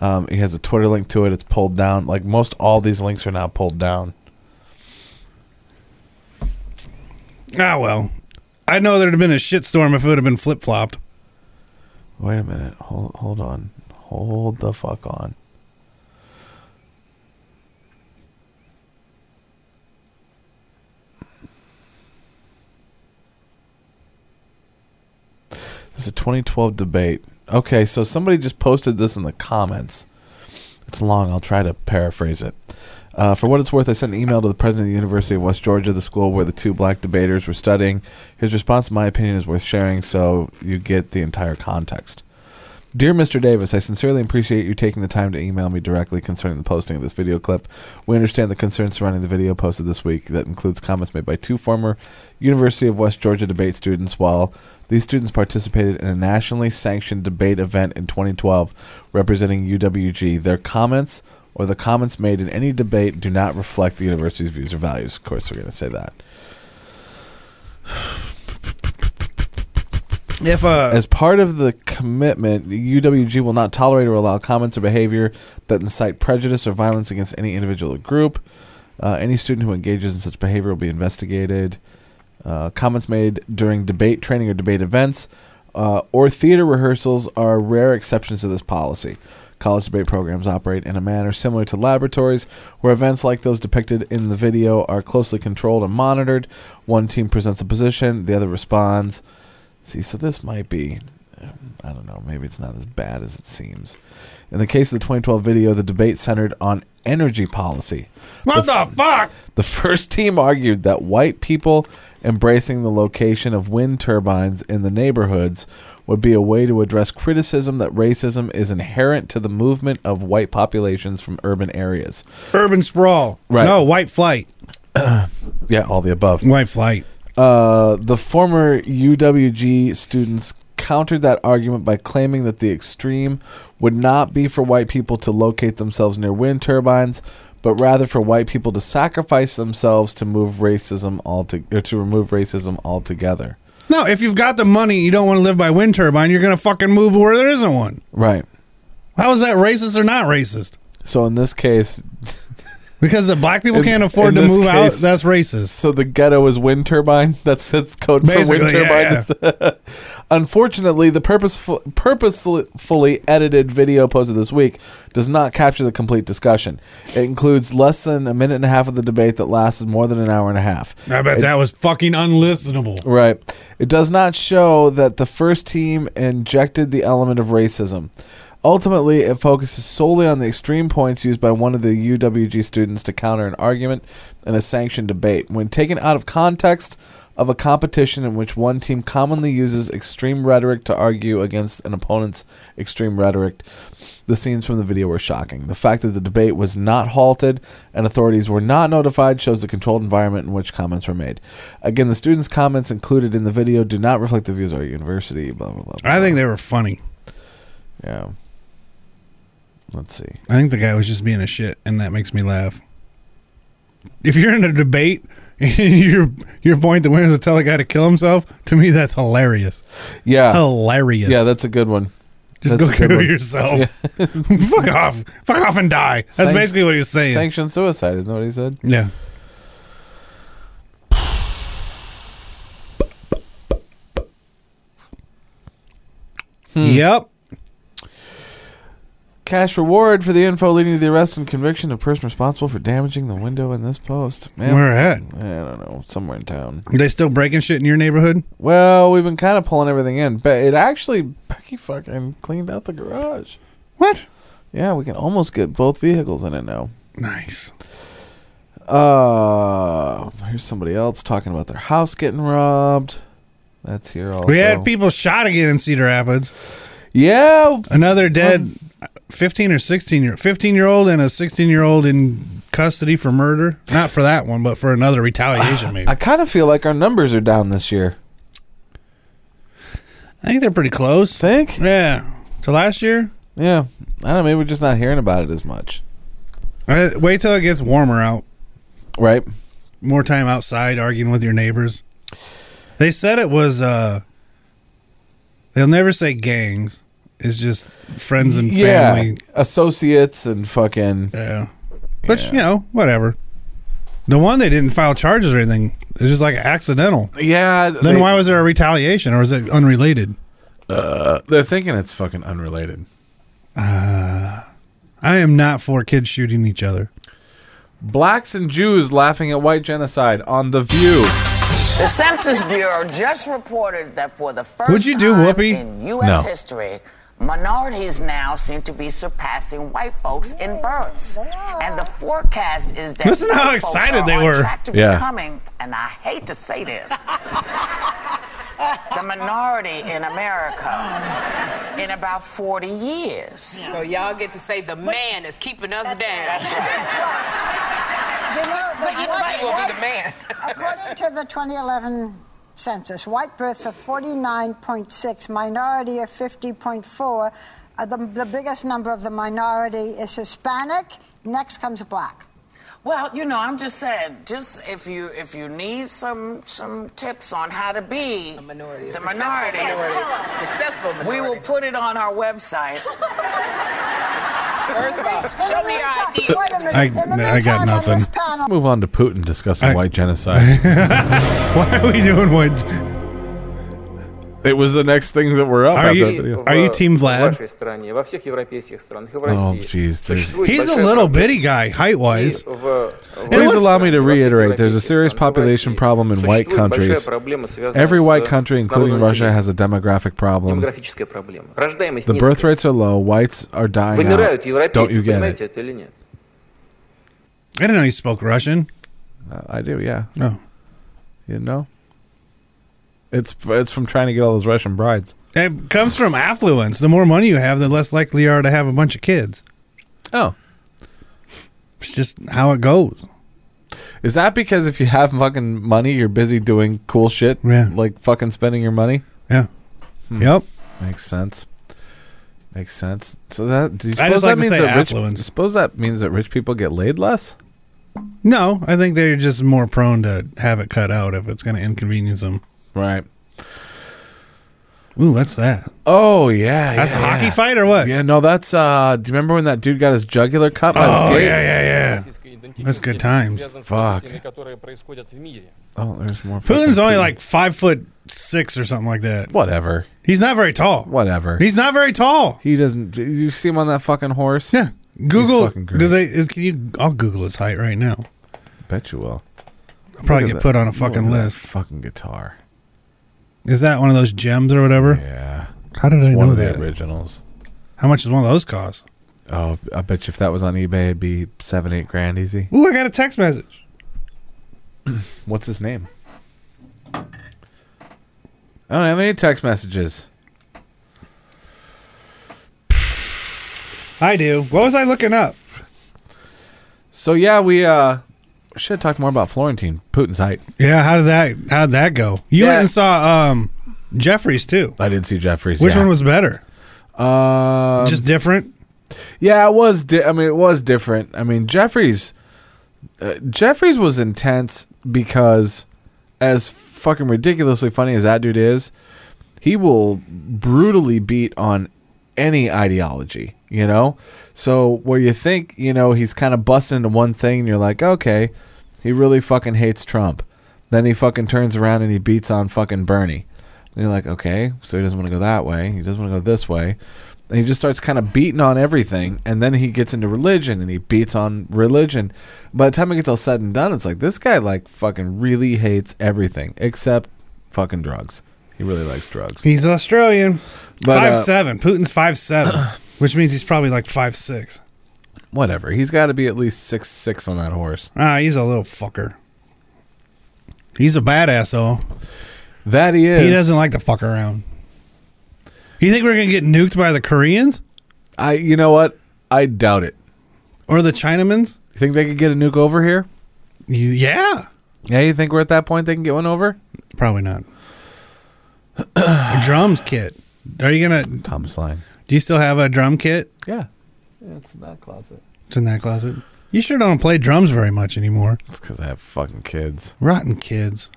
S4: Um, he has a Twitter link to it. It's pulled down. Like most all these links are now pulled down.
S5: Ah, well. I know there'd have been a shitstorm if it would have been flip flopped.
S4: Wait a minute. Hold hold on. Hold the fuck on. This is a 2012 debate. Okay, so somebody just posted this in the comments. It's long. I'll try to paraphrase it. Uh, for what it's worth, I sent an email to the president of the University of West Georgia, the school where the two black debaters were studying. His response, in my opinion, is worth sharing so you get the entire context. Dear Mr. Davis, I sincerely appreciate you taking the time to email me directly concerning the posting of this video clip. We understand the concerns surrounding the video posted this week that includes comments made by two former University of West Georgia debate students while these students participated in a nationally sanctioned debate event in 2012 representing UWG. Their comments or the comments made in any debate do not reflect the university's views or values. Of course, they're going to say that.
S5: If uh,
S4: As part of the commitment, the UWG will not tolerate or allow comments or behavior that incite prejudice or violence against any individual or group. Uh, any student who engages in such behavior will be investigated. Uh, comments made during debate training or debate events uh, or theater rehearsals are rare exceptions to this policy. College debate programs operate in a manner similar to laboratories, where events like those depicted in the video are closely controlled and monitored. One team presents a position, the other responds. See, so this might be, I don't know, maybe it's not as bad as it seems. In the case of the 2012 video, the debate centered on energy policy.
S5: What the fuck?
S4: The first team argued that white people embracing the location of wind turbines in the neighborhoods would be a way to address criticism that racism is inherent to the movement of white populations from urban areas.
S5: urban sprawl.
S4: Right.
S5: No, white flight.
S4: Yeah, all the above.
S5: White flight.
S4: Uh, the former UWG students countered that argument by claiming that the extreme would not be for white people to locate themselves near wind turbines, but rather for white people to sacrifice themselves to move racism alto- or to remove racism altogether.
S5: No, if you've got the money, you don't want to live by wind turbine, you're going to fucking move where there isn't one.
S4: Right.
S5: How is that racist or not racist?
S4: So in this case,
S5: Because the black people
S4: In-
S5: can't afford
S4: in
S5: to
S4: this
S5: move out.
S4: case-
S5: That's racist.
S4: So the ghetto is wind turbine. That's that's code
S5: Basically,
S4: for wind
S5: yeah,
S4: turbine. Unfortunately, the purposeful, purposefully edited video posted this week does not capture the complete discussion. It includes less than a minute and a half of the debate that lasted more than an hour and a half.
S5: I bet
S4: It-
S5: that was fucking unlistenable.
S4: Right. It does not show that the first team injected the element of racism. Ultimately, it focuses solely on the extreme points used by one of the UWG students to counter an argument in a sanctioned debate. When taken out of context of a competition in which one team commonly uses extreme rhetoric to argue against an opponent's extreme rhetoric, the scenes from the video were shocking. The fact that the debate was not halted and authorities were not notified shows the controlled environment in which comments were made. Again, the students' comments included in the video do not reflect the views of our university, blah, blah, blah.
S5: I think they were funny.
S4: Yeah. Let's see.
S5: I think the guy was just being a shit, and that makes me laugh. If you're in a debate and your your point that wins to tell a guy to kill himself, to me that's hilarious.
S4: Yeah.
S5: Hilarious.
S4: Yeah, that's a good one.
S5: Just
S4: That's
S5: go
S4: a good
S5: kill
S4: one.
S5: yourself.
S4: Yeah.
S5: Fuck off. Fuck off and die. That's
S4: Sanct-
S5: basically what he was saying.
S4: Sanctioned suicide, isn't that what he said?
S5: yeah.
S4: Hmm.
S5: Yep.
S4: Cash reward for the info leading to the arrest and conviction of person responsible for damaging the window in this post. Man,
S5: Where at?
S4: I don't know. Somewhere in town.
S5: Are they still breaking shit in your neighborhood?
S4: Well, we've been kind of pulling everything in, but it actually Becky fucking cleaned out the garage.
S5: What?
S4: Yeah, we can almost get both vehicles in it now.
S5: Nice.
S4: Uh, here's somebody else talking about their house getting robbed. That's here also.
S5: We had people shot again in Cedar Rapids.
S4: Yeah,
S5: Another dead 15 or 16 year 15 year old and a 16 year old in custody for murder. Not for that one, but for another retaliation maybe.
S4: I kind of feel like our numbers are down this year.
S5: I think they're pretty close.
S4: Think?
S5: Yeah. To last year?
S4: Yeah, I don't know. Maybe we're just not hearing about it as much,
S5: I, Uh, wait till it gets warmer out.
S4: right?
S5: More time outside arguing with your neighbors. They said it was uh they'll never say gangs. It's just friends and
S4: yeah,
S5: family.
S4: associates and fucking
S5: Yeah. Which,
S4: Yeah.
S5: you know, whatever. The one they didn't file charges or anything. It's just like accidental.
S4: Yeah.
S5: Then
S4: they-
S5: why was there a retaliation, or is it unrelated?
S4: They're thinking it's fucking unrelated.
S5: Uh, I am not for kids shooting each other.
S4: Blacks and Jews laughing at white genocide on The View.
S18: The Census Bureau just reported that for the first
S5: Would you do
S18: time
S5: whoopee?
S18: in U.S.
S4: No.
S18: history, minorities now seem to be surpassing white folks in births, and the forecast is that
S5: Listen to how
S18: white folks
S5: excited
S18: are
S5: they
S18: on
S5: were.
S18: Track to
S5: Yeah.
S18: becoming, and I hate to say this, the minority in America in about 40 years. So
S19: y'all get to say the man is keeping us down.
S20: You know, the
S19: But you
S20: white-
S19: might well be the man.
S20: According to the 2011 census, white births are 49.6, minority are 50.4. Uh, the, the biggest number of the minority is Hispanic. Next comes black.
S18: Well, you know, I'm just saying, just if you if you need some some tips on how to be a minority, the
S19: successful
S18: minority,
S19: minority. Successful
S18: we will put it on our website.
S19: First of all, show me your ID.
S4: I, I got nothing. Let's move on to Putin discussing white genocide.
S5: Why are we doing white?
S4: it was the next thing that were up.
S5: Are
S4: after
S5: you-
S4: that video.
S5: are you team
S21: в
S5: Vlad?
S21: вашей стране, во всех европейских странах и в
S4: Oh,
S21: России.
S4: jeez. there's-
S5: He's a little bitty guy, height wise.
S4: Please allow me to reiterate there's a serious population problem in white countries. Every white country, including Russia, has a demographic problem.
S21: Демографическая проблема. Рождаемость
S4: The birth
S21: низкая.
S4: rates are low, whites are dying
S21: Вымирают
S4: out. Don't
S21: европейцы,
S4: you get it?
S21: понимаете это или нет?
S5: I didn't know he spoke Russian.
S4: Uh, I do, yeah.
S5: No.
S4: You know? It's it's from trying to get all those Russian brides.
S5: It comes from affluence. The more money you have, the less likely you are to have a bunch of kids.
S4: Oh.
S5: It's just how it goes.
S4: Is that because if you have fucking money, you're busy doing cool shit?
S5: Yeah.
S4: Like fucking spending your money?
S5: Yeah. Yep.
S4: Makes sense. Makes sense. So that do you
S5: I
S4: suppose
S5: just
S4: that
S5: like to
S4: means
S5: say
S4: that rich,
S5: affluence.
S4: suppose that means that rich people get laid less?
S5: No, I think they're just more prone to have it cut out if it's going to inconvenience them.
S4: Right.
S5: Ooh, what's that?
S4: Oh yeah,
S5: That's
S4: yeah,
S5: a hockey
S4: yeah.
S5: fight or what?
S4: Yeah, no, that's. uh Do you remember when that dude got his jugular cut by the
S5: Oh
S4: skate?
S5: yeah, yeah, yeah. That's good times.
S4: Fuck. Oh, there's more.
S5: Putin's only like five foot six or something like that.
S4: Whatever.
S5: He's not very tall.
S4: Whatever.
S5: He's not very tall.
S4: He doesn't. do You see him on that fucking horse?
S5: Yeah. Google.
S4: fucking great.
S5: Do they? is- Can you? I'll Google his height right now.
S4: Bet you will.
S5: I'll probably
S4: Look
S5: get
S4: at
S5: put
S4: that-
S5: on a
S4: look
S5: fucking
S4: at that
S5: list.
S4: Fucking guitar.
S5: Is that one of those gems or whatever?
S4: Yeah.
S5: How did
S4: It's
S5: I
S4: one
S5: know
S4: of
S5: that?
S4: the originals?
S5: How much does one of those cost?
S4: Oh, I bet you if that was on eBay, it'd be seven, eight grand easy.
S5: Ooh, I got a text message.
S4: What's his name? I don't have any text messages.
S5: I do. What was I looking up?
S4: So yeah, we uh should talk more about Florentine Putin's height.
S5: Yeah. How did that? How did that go? You went and saw um Jeffries too.
S4: I did see Jeffries.
S5: Which
S4: yeah.
S5: one was better?
S4: Um,
S5: Just different.
S4: Yeah, it was. Di- I mean, it was different. I mean, Jeffries. Uh, Jeffries was intense because, as fucking ridiculously funny as that dude is, he will brutally beat on any ideology. You know, so where you think you know he's kind of busting into one thing, and you're like, okay, he really fucking hates Trump. Then he fucking turns around and he beats on fucking Bernie. And you're like, okay, so he doesn't want to go that way. He doesn't want to go this way. And he just starts kind of beating on everything. And then he gets into religion and he beats on religion. By the time it gets all said and done, it's like, this guy, like, fucking really hates everything except fucking drugs. He really likes drugs.
S5: He's Australian.
S4: But,
S5: five
S4: uh,
S5: seven. Putin's five seven, which means he's probably like five six.
S4: Whatever. He's got to be at least six six on that horse.
S5: Ah, he's a little fucker. He's a badass though.
S4: That he is.
S5: He doesn't like to fuck around. You think we're gonna get nuked by the Koreans
S4: I. You know what? I doubt it.
S5: or the Chinamans?
S4: You think they could get a nuke over here?
S5: Y- Yeah,
S4: Yeah, you think we're at that point they can get one over?
S5: probably not. a drums kit. Are you gonna?
S4: Tom Slang.
S5: Do you still have a drum kit?
S4: Yeah. yeah it's in that closet.
S5: It's in that closet. You sure don't play drums very much anymore.
S4: It's because I have fucking kids.
S5: Rotten kids.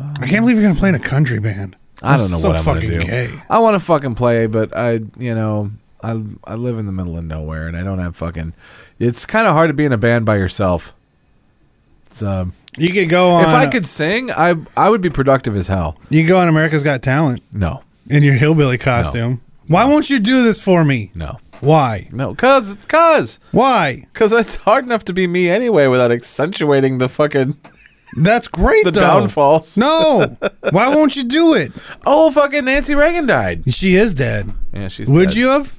S4: Oh,
S5: I can't believe you're gonna play in a country band.
S4: I don't
S5: That's
S4: know
S5: so
S4: what I'm gonna
S5: fucking
S4: do.
S5: gay.
S4: I want to fucking play, but I, you know, I I live in the middle of nowhere and I don't have fucking. It's kind of hard to be in a band by yourself. It's, um,
S5: you could go on.
S4: if I could sing, I I would be productive as hell.
S5: You can go on America's Got Talent.
S4: No.
S5: In your hillbilly costume. Why won't you do this for me?
S4: No.
S5: Why?
S4: No, cause, cause.
S5: Why?
S4: Cause it's hard enough to be me anyway without accentuating the fucking.
S5: That's great.
S4: The
S5: though.
S4: downfalls.
S5: No. Why won't you do it?
S4: Oh, fucking Nancy Reagan died.
S5: She is dead.
S4: Yeah, she's.
S5: Would
S4: dead.
S5: you have?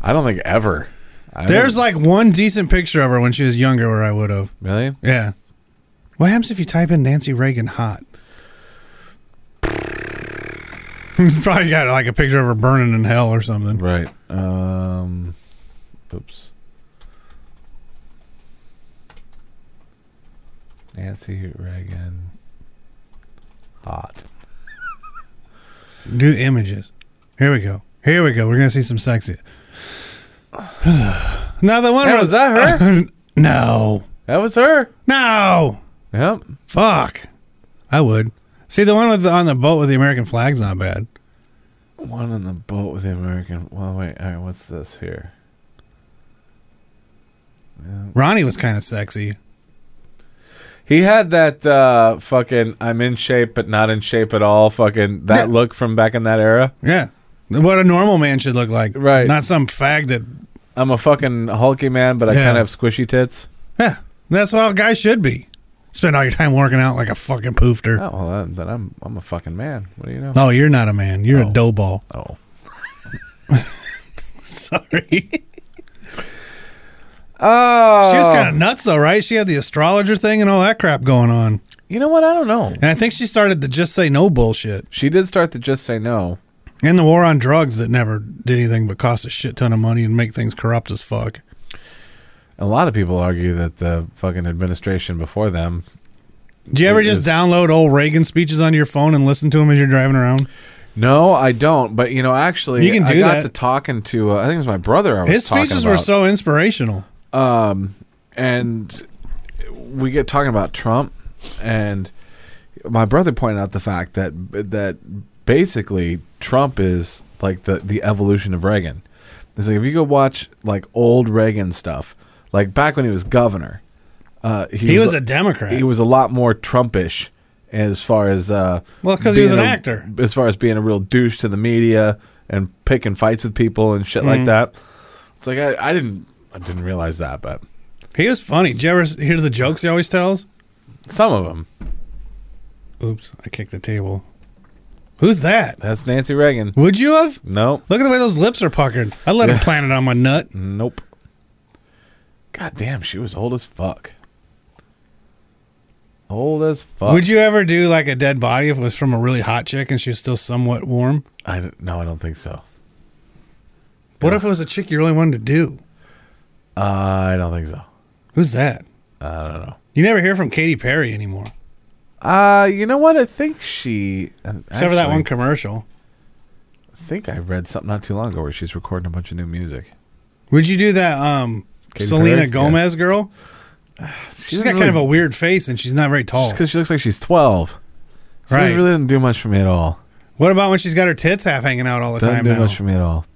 S4: I don't think ever. I
S5: There's
S4: don't-
S5: like one decent picture of her when she was younger where I would have.
S4: really.
S5: Yeah. What happens if you type in Nancy Reagan hot? Probably got like a picture of her burning in hell or something.
S4: Right. Um, oops. Nancy Reagan. Hot.
S5: Do images. Here we go. Here we go. We're gonna see some sexy. now the one
S4: Hey, was that her?
S5: no,
S4: that was her.
S5: No.
S4: Yep.
S5: Fuck. I would see the one with the, on the boat with the American flag's not bad.
S4: One on the boat with the American. Well, wait. All right. What's this here?
S5: Ronnie was kind of sexy.
S4: He had that uh, fucking I'm in shape but not in shape at all fucking that look from back in that era.
S5: Yeah, what a normal man should look like.
S4: Right.
S5: Not some fag that.
S4: I'm a fucking hulky man, but I
S5: Yeah.
S4: kind of have squishy tits.
S5: Yeah, that's how a guy should be. Spend all your time working out like a fucking poofter.
S4: Oh, well, then- then I'm I'm a fucking man. What do you know?
S5: No, you're not a man. You're a dough ball.
S4: Oh.
S5: Sorry.
S4: Oh,
S5: She was kind of nuts though, right? She had the astrologer thing and all that crap going on.
S4: You know what? I don't know.
S5: And I think she started the just say no bullshit
S4: She did start to just say no.
S5: and the war on drugs that never did anything but cost a shit ton of money and make things corrupt as fuck.
S4: A lot of people argue that the fucking administration before them.
S5: Do you ever
S4: It
S5: just
S4: is-
S5: download old Reagan speeches onto your phone and listen to them as you're driving around?
S4: No, I don't. But you know, actually,
S5: You can
S4: I
S5: do
S4: got
S5: that.
S4: to talking to. Uh, I think it was my brother. I was
S5: His
S4: talking
S5: speeches
S4: about.
S5: were so inspirational.
S4: um, and we get talking about Trump, and my brother pointed out the fact that that basically Trump is like the the evolution of Reagan. It's like if you go watch like old Reagan stuff, like back when he was governor, uh,
S5: He was a Democrat.
S4: He was a lot more Trumpish as far as uh,
S5: Well, 'cause he was
S4: being
S5: an
S4: a-
S5: actor.
S4: as far as being a real douche to the media and picking fights with people and shit
S5: Mhm.
S4: like that. It's like I, I didn't I didn't realize that, but
S5: He was funny. Did you ever hear the jokes he always tells?
S4: Some of them.
S5: Oops, I kicked the table. Who's that?
S4: That's Nancy Reagan.
S5: Would you have?
S4: No.
S5: Look at the way those lips are puckered. I let him plant it on my nut.
S4: Nope. God damn, she was old as fuck. Old as fuck.
S5: Would you ever do like a dead body if it was from a really hot chick and she was still somewhat warm?
S4: I d- no, I don't think so.
S5: What if it was a chick you really wanted to do?
S4: Uh, I don't think so.
S5: Who's that?
S4: I don't know.
S5: You never hear from Katy Perry anymore,
S4: Uh, you know what? I think she. Except
S5: except for that one commercial.
S4: I think I read something not too long ago where she's recording a bunch of new music.
S5: Would you do that? Um,
S4: Katy
S5: Selena
S4: Perry?
S5: Gomez girl. she's got
S4: doesn't
S5: kind of
S4: really-
S5: a weird face and she's not very tall.
S4: Because she looks like she's twelve. She
S5: Right.
S4: really doesn't do much for me at all.
S5: What about when she's got her tits half hanging out all the
S4: Doesn't
S5: time
S4: do
S5: now?
S4: much for me at all.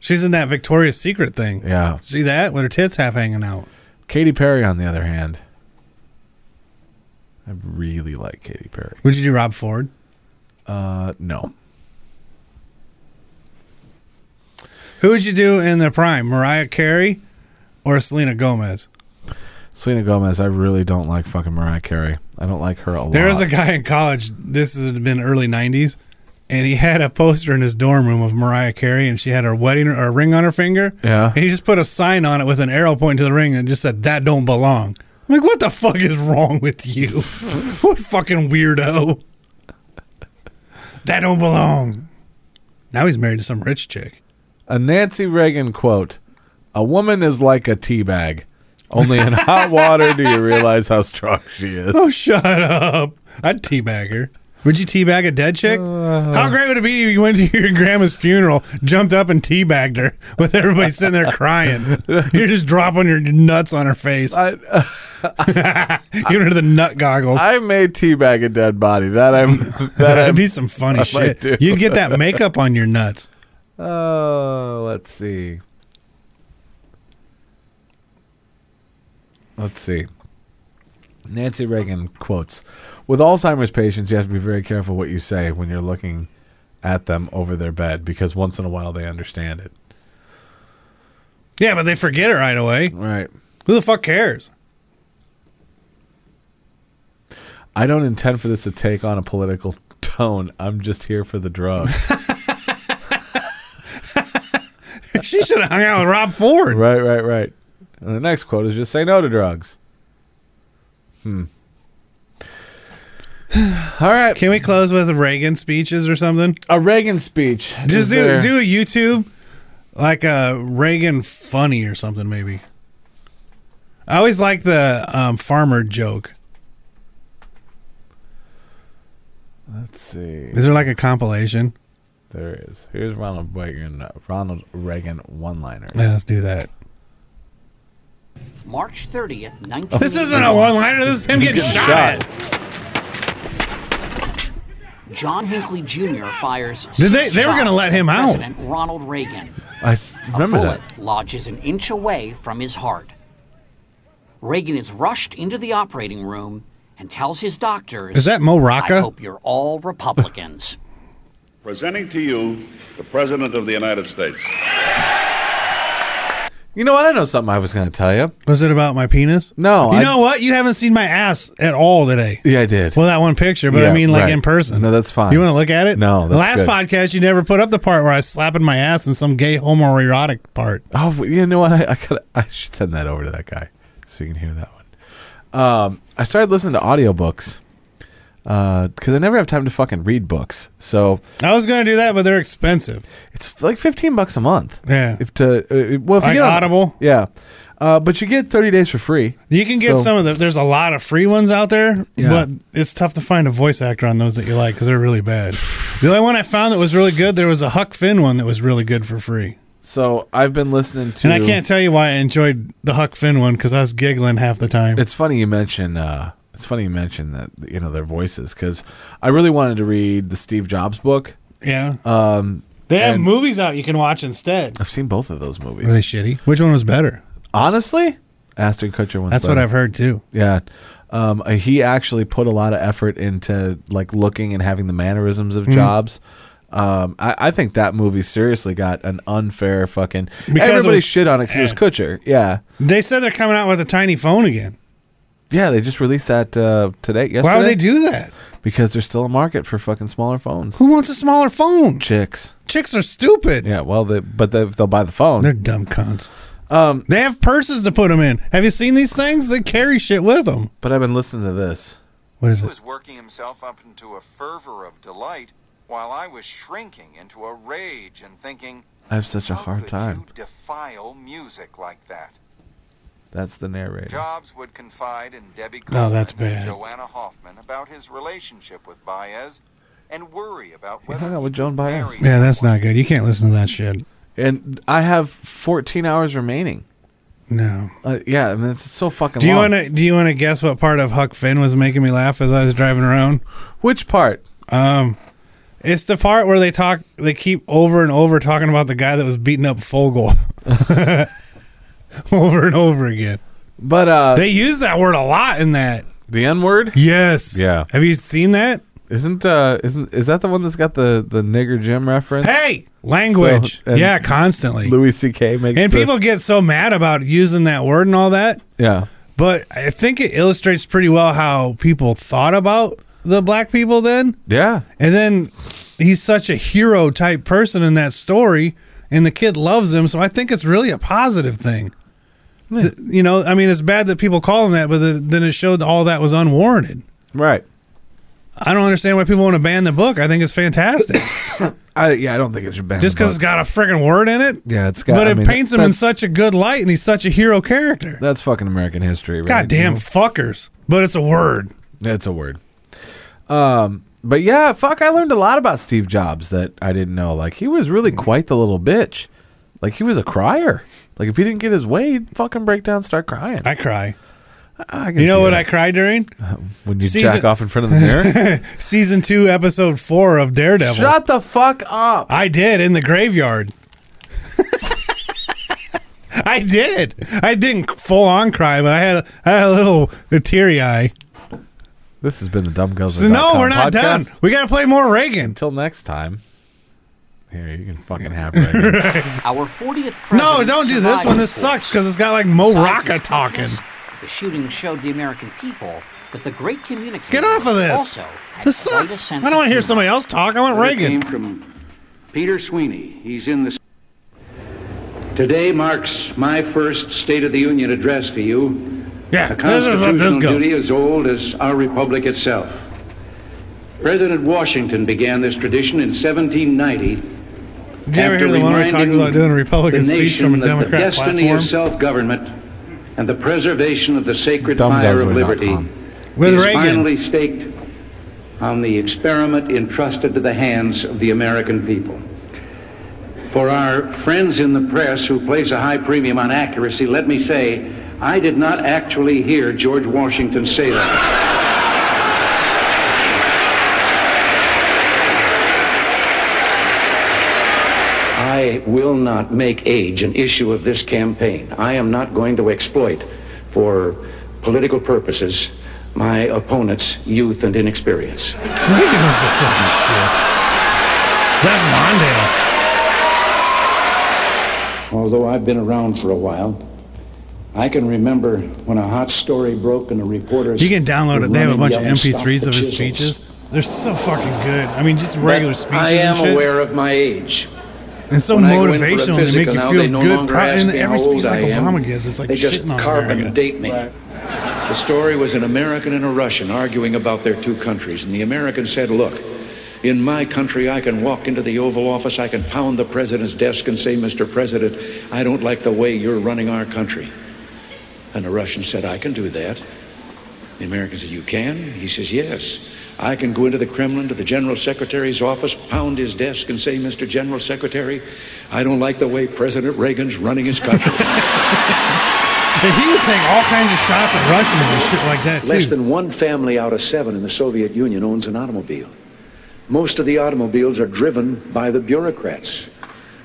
S5: She's in that Victoria's Secret thing.
S4: Yeah.
S5: See that with her tits half hanging out.
S4: Katy Perry, on the other hand, I really like Katy Perry.
S5: Would you do Rob Ford?
S4: Uh, no.
S5: Who would you do in the prime, Mariah Carey or Selena Gomez?
S4: Selena Gomez, I really don't like fucking Mariah Carey. I don't like her a lot.
S5: There was a guy in college. This has been early '90s, and he had a poster in his dorm room of Mariah Carey, and she had her wedding or a ring on her finger.
S4: Yeah.
S5: and he just put a sign on it with an arrow pointing to the ring, and just said, "That don't belong." I'm like, "What the fuck is wrong with you? what fucking weirdo? That don't belong." Now he's married to some rich chick.
S4: A Nancy Reagan quote A woman is like a tea bag. Only in hot water do you realize how strong she is.
S5: Oh, shut up! I'd teabag her. Would you teabag a dead chick?
S4: Uh.
S5: How great would it be if you went to your grandma's funeral, jumped up and teabagged her with everybody sitting there crying? You're just dropping your nuts on her face.
S4: I,
S5: Giving her the nut goggles.
S4: I may teabag a dead body. That I'm. That I'm,
S5: That'd be some funny
S4: I might
S5: shit.
S4: do.
S5: You'd get that makeup on your nuts.
S4: Oh, let's see. Let's see. Nancy Reagan quotes With Alzheimer's patients, you have to be very careful what you say when you're looking at them over their bed because once in a while they understand it.
S5: Yeah, but they forget it right away.
S4: Right.
S5: Who the fuck cares?
S4: I don't intend for this to take on a political tone. I'm just here for the drugs.
S5: she should have hung out with Rob Ford.
S4: Right, right, right. And the next quote is just say no to drugs. Hmm. All right.
S5: Can we close with Reagan speeches or something?
S4: A Reagan speech.
S5: Just
S4: Is
S5: do
S4: there-
S5: do a YouTube like a Reagan funny or something maybe. I always like the um, farmer joke.
S4: Let's see.
S5: Is there like a compilation?
S4: There is. Here's Ronald Reagan. Ronald Reagan one-liner.
S5: Yeah, let's do that.
S1: March 30th, 19.
S5: Oh,
S4: Oh,
S5: This isn't a one-liner. This is him getting shot. at.
S1: John Hinckley Jr. fires.
S5: Did they-
S1: six
S5: they were gonna
S1: shots
S5: let
S1: at
S5: him out.
S1: President Ronald Reagan.
S4: I s- remember
S1: a
S4: that.
S1: bullet lodges an inch away from his heart. Reagan is rushed into the operating room and tells his doctors.
S5: Is that Mo Rocca?
S1: I hope you're all Republicans.
S22: Presenting to you the President of the United States.
S4: You know what? I know something I was going to tell you.
S5: Was it about my penis?
S4: No.
S5: You
S4: I-
S5: know what? You haven't seen my ass at all today.
S4: Yeah, I did.
S5: Well, that one picture, but I
S4: Yeah,
S5: mean, like
S4: right.
S5: in person.
S4: No, that's fine.
S5: You want to look at it?
S4: No,
S5: The last
S4: that's
S5: podcast, you never put up the part where I was slapping my ass in some gay homoerotic part.
S4: Oh, well, you know what? I, I got. I should send that over to that guy so you can hear that one. Um, I started listening to audiobooks because I never have time to fucking read books. So
S5: I was going to do that, but they're expensive.
S4: It's like fifteen bucks a month.
S5: Yeah.
S4: If to uh, well, if
S5: Like
S4: you get on-
S5: Audible?
S4: yeah. Uh, but you get thirty days for free.
S5: You can get
S4: So-
S5: some of the. There's a lot of free ones out there,
S4: Yeah.
S5: but it's tough to find a voice actor on those that you like because they're really bad. The only one I found that was really good, there was a Huck Finn one that was really good for free.
S4: So I've been listening to.
S5: And I can't tell you why I enjoyed the Huck Finn one because I was giggling half the time.
S4: It's funny you mention. Uh, it's funny you mention that you know their voices because I really wanted to read the Steve Jobs book.
S5: Yeah.
S4: Um,
S5: They have
S4: and
S5: movies out you can watch instead.
S4: I've seen both of those movies.
S5: Are they shitty? Which one was better?
S4: Honestly, Aston Kutcher one's
S5: That's what
S4: better.
S5: I've heard too.
S4: Yeah. Um, uh, he actually put a lot of effort into like looking and having the mannerisms of
S5: Mhm.
S4: Jobs. Um, I, I think that movie seriously got an unfair fucking.
S5: Because it
S4: everybody
S5: was- eh.
S4: shit on it because it was Kutcher. Yeah,
S5: They said they're coming out with a tiny phone again.
S4: yeah. They just released that uh, today. Yesterday.
S5: Why would they do that?
S4: Because there's still a market for fucking smaller phones.
S5: Who wants a smaller phone?
S4: Chicks.
S5: Chicks are stupid.
S4: Yeah. Well, they, but they, they'll buy the phone.
S5: They're dumb cons.
S4: Um,
S5: they have purses to put them in. Have you seen these things? They carry shit with them.
S4: But I've been listening to this.
S5: What is
S23: He
S5: it?
S23: was working himself up into a fervor of delight while I was shrinking into a rage and thinking,
S4: I have such a hard time.
S23: defile music like that.
S4: That's the narrator.
S23: Jobs would confide in Debbie
S4: Oh,
S23: Coleman
S4: that's
S23: and
S4: bad.
S23: Joanna Hoffman about his relationship with Baez and worry about
S4: He
S23: whether
S4: hung out with Joan Baez.
S5: Yeah, that's not good. You can't listen to that shit.
S4: And I have 14 hours remaining.
S5: No.
S4: Uh, yeah, I mean it's so fucking.
S5: Do you
S4: long.
S5: want to? Do you want to guess what part of Huck Finn was making me laugh as I was driving around?
S4: Which part?
S5: Um, it's the part where they talk. They keep over and over talking about the guy that was beating up Fogel. over and over again.
S4: But uh,
S5: they use that word a lot in that.
S4: The N word?
S5: Yes.
S4: Yeah.
S5: Have you seen that?
S4: Isn't uh isn't is that the one that's got the the nigger Jim reference?
S5: Hey, language.
S4: and
S5: Yeah, constantly.
S4: Louis C.K. makes
S5: And
S4: the-
S5: people get so mad about using that word and all that.
S4: Yeah.
S5: But I think it illustrates pretty well how people thought about the black people then.
S4: Yeah.
S5: And then he's such a hero type person in that story, and the kid loves him. So I think it's really a positive thing. Th- you know, I mean, it's bad that people call him that, but the, then it showed that all that was unwarranted.
S4: Right.
S5: I don't understand why people want to ban the book. I think it's fantastic.
S4: I yeah, I don't think it should ban
S5: Just because it's got a friggin' word in it.
S4: Yeah, it's got
S5: but
S4: I
S5: it
S4: mean,
S5: paints him in
S4: that's-
S5: such a good light, and he's such a hero character.
S4: That's fucking American history, right?
S5: Goddamn
S4: You-
S5: fuckers! But it's a word.
S4: That's a word. Um but yeah, fuck I learned a lot about Steve Jobs that I didn't know. Like he was
S5: Hmm.
S4: really quite the little bitch. Like he was a crier. Like if he didn't get his way, he'd fucking break down, and start crying. I
S5: cry.
S4: I, can
S5: You know
S4: see
S5: what
S4: that.
S5: I cried during?
S4: when you
S5: Season-
S4: jack off in front of the mirror.
S5: Season two, episode four of Daredevil.
S4: Shut the fuck up!
S5: I did in the graveyard. I I did. I didn't full on cry, but I had, I had a little teary eye.
S4: This has been the Dumb Guzzler.
S5: So no, we're not done. We got to play more Reagan.
S4: Until next time. Here, you can fucking have Reagan.
S1: Our 40th president
S5: No, don't do this
S1: survived
S5: one. This
S1: the
S5: sucks because it's got like Mo
S1: Besides
S5: Rocca
S1: his
S5: talking.
S1: toughness, The shooting showed the American people that the great communicator
S5: Get off of this.
S1: also had
S5: This
S1: quite a
S5: sucks. I
S1: sense
S5: don't
S1: of
S5: want to hear
S1: humor.
S5: somebody else talk. I want
S2: Letter
S5: Reagan.
S2: Came from Peter Sweeney. He's in the. Today marks my first State of the Union address to you.
S5: Yeah,
S2: a
S5: this is what this
S2: constitutional
S5: goes.
S2: duty as old as our republic itself. President Washington began this tradition in 1790.
S5: Did you ever hear the one where he talks about doing a Republican
S2: the
S5: speech
S2: nation
S5: from a
S2: that
S5: Democrat
S2: The destiny
S5: platform?
S2: of self-government and the preservation of the sacred fire of liberty
S5: Dumbguzzler.com. With
S2: is
S5: Reagan.
S2: finally staked on the experiment entrusted to the hands of the American people. For our friends in the press who place a high premium on accuracy, let me say, I did not actually hear George Washington say that. I will not make age an issue of this campaign. I am not going to exploit, for political purposes, my opponent's youth and inexperience.
S5: Reagan was the fucking shit. That's Mondale.
S2: Although I've been around for a while, I can remember when a hot story broke and the reporters.
S5: You can download
S2: were
S5: it. They have a
S2: running,
S5: bunch of
S2: yelling, "Stop
S5: MP3s
S2: the
S5: of his
S2: chisels."
S5: speeches. They're so fucking good. I mean, just regular speeches.
S2: I am
S5: and shit.
S2: aware of my age.
S5: And so
S2: When I go in for a
S5: motivational. They make
S2: physical
S5: you
S2: now,
S5: feel
S2: they no
S5: good.
S2: longer
S5: Pro-
S2: ask
S5: and
S2: me
S5: every
S2: how
S5: speech
S2: old
S5: like
S2: I am.
S5: Obama gives, it's like
S2: they just
S5: shitting on
S2: carbon
S5: America.
S2: date me. The story was an American and a Russian arguing about their two countries, and the American said, "Look." In my country, I can walk into the Oval Office, I can pound the president's desk and say, Mr. President, I don't like the way you're running our country. And the Russian said, I can do that. The American said, You can? He says, Yes. I can go into the Kremlin to the General Secretary's office, pound his desk, and say, Mr. General Secretary, I don't like the way President Reagan's running his country.
S5: And he would take all kinds of shots at Russians and shit like that,
S2: Less
S5: too.
S2: than one family out of seven in the Soviet Union owns an automobile. Most of the automobiles are driven by the bureaucrats.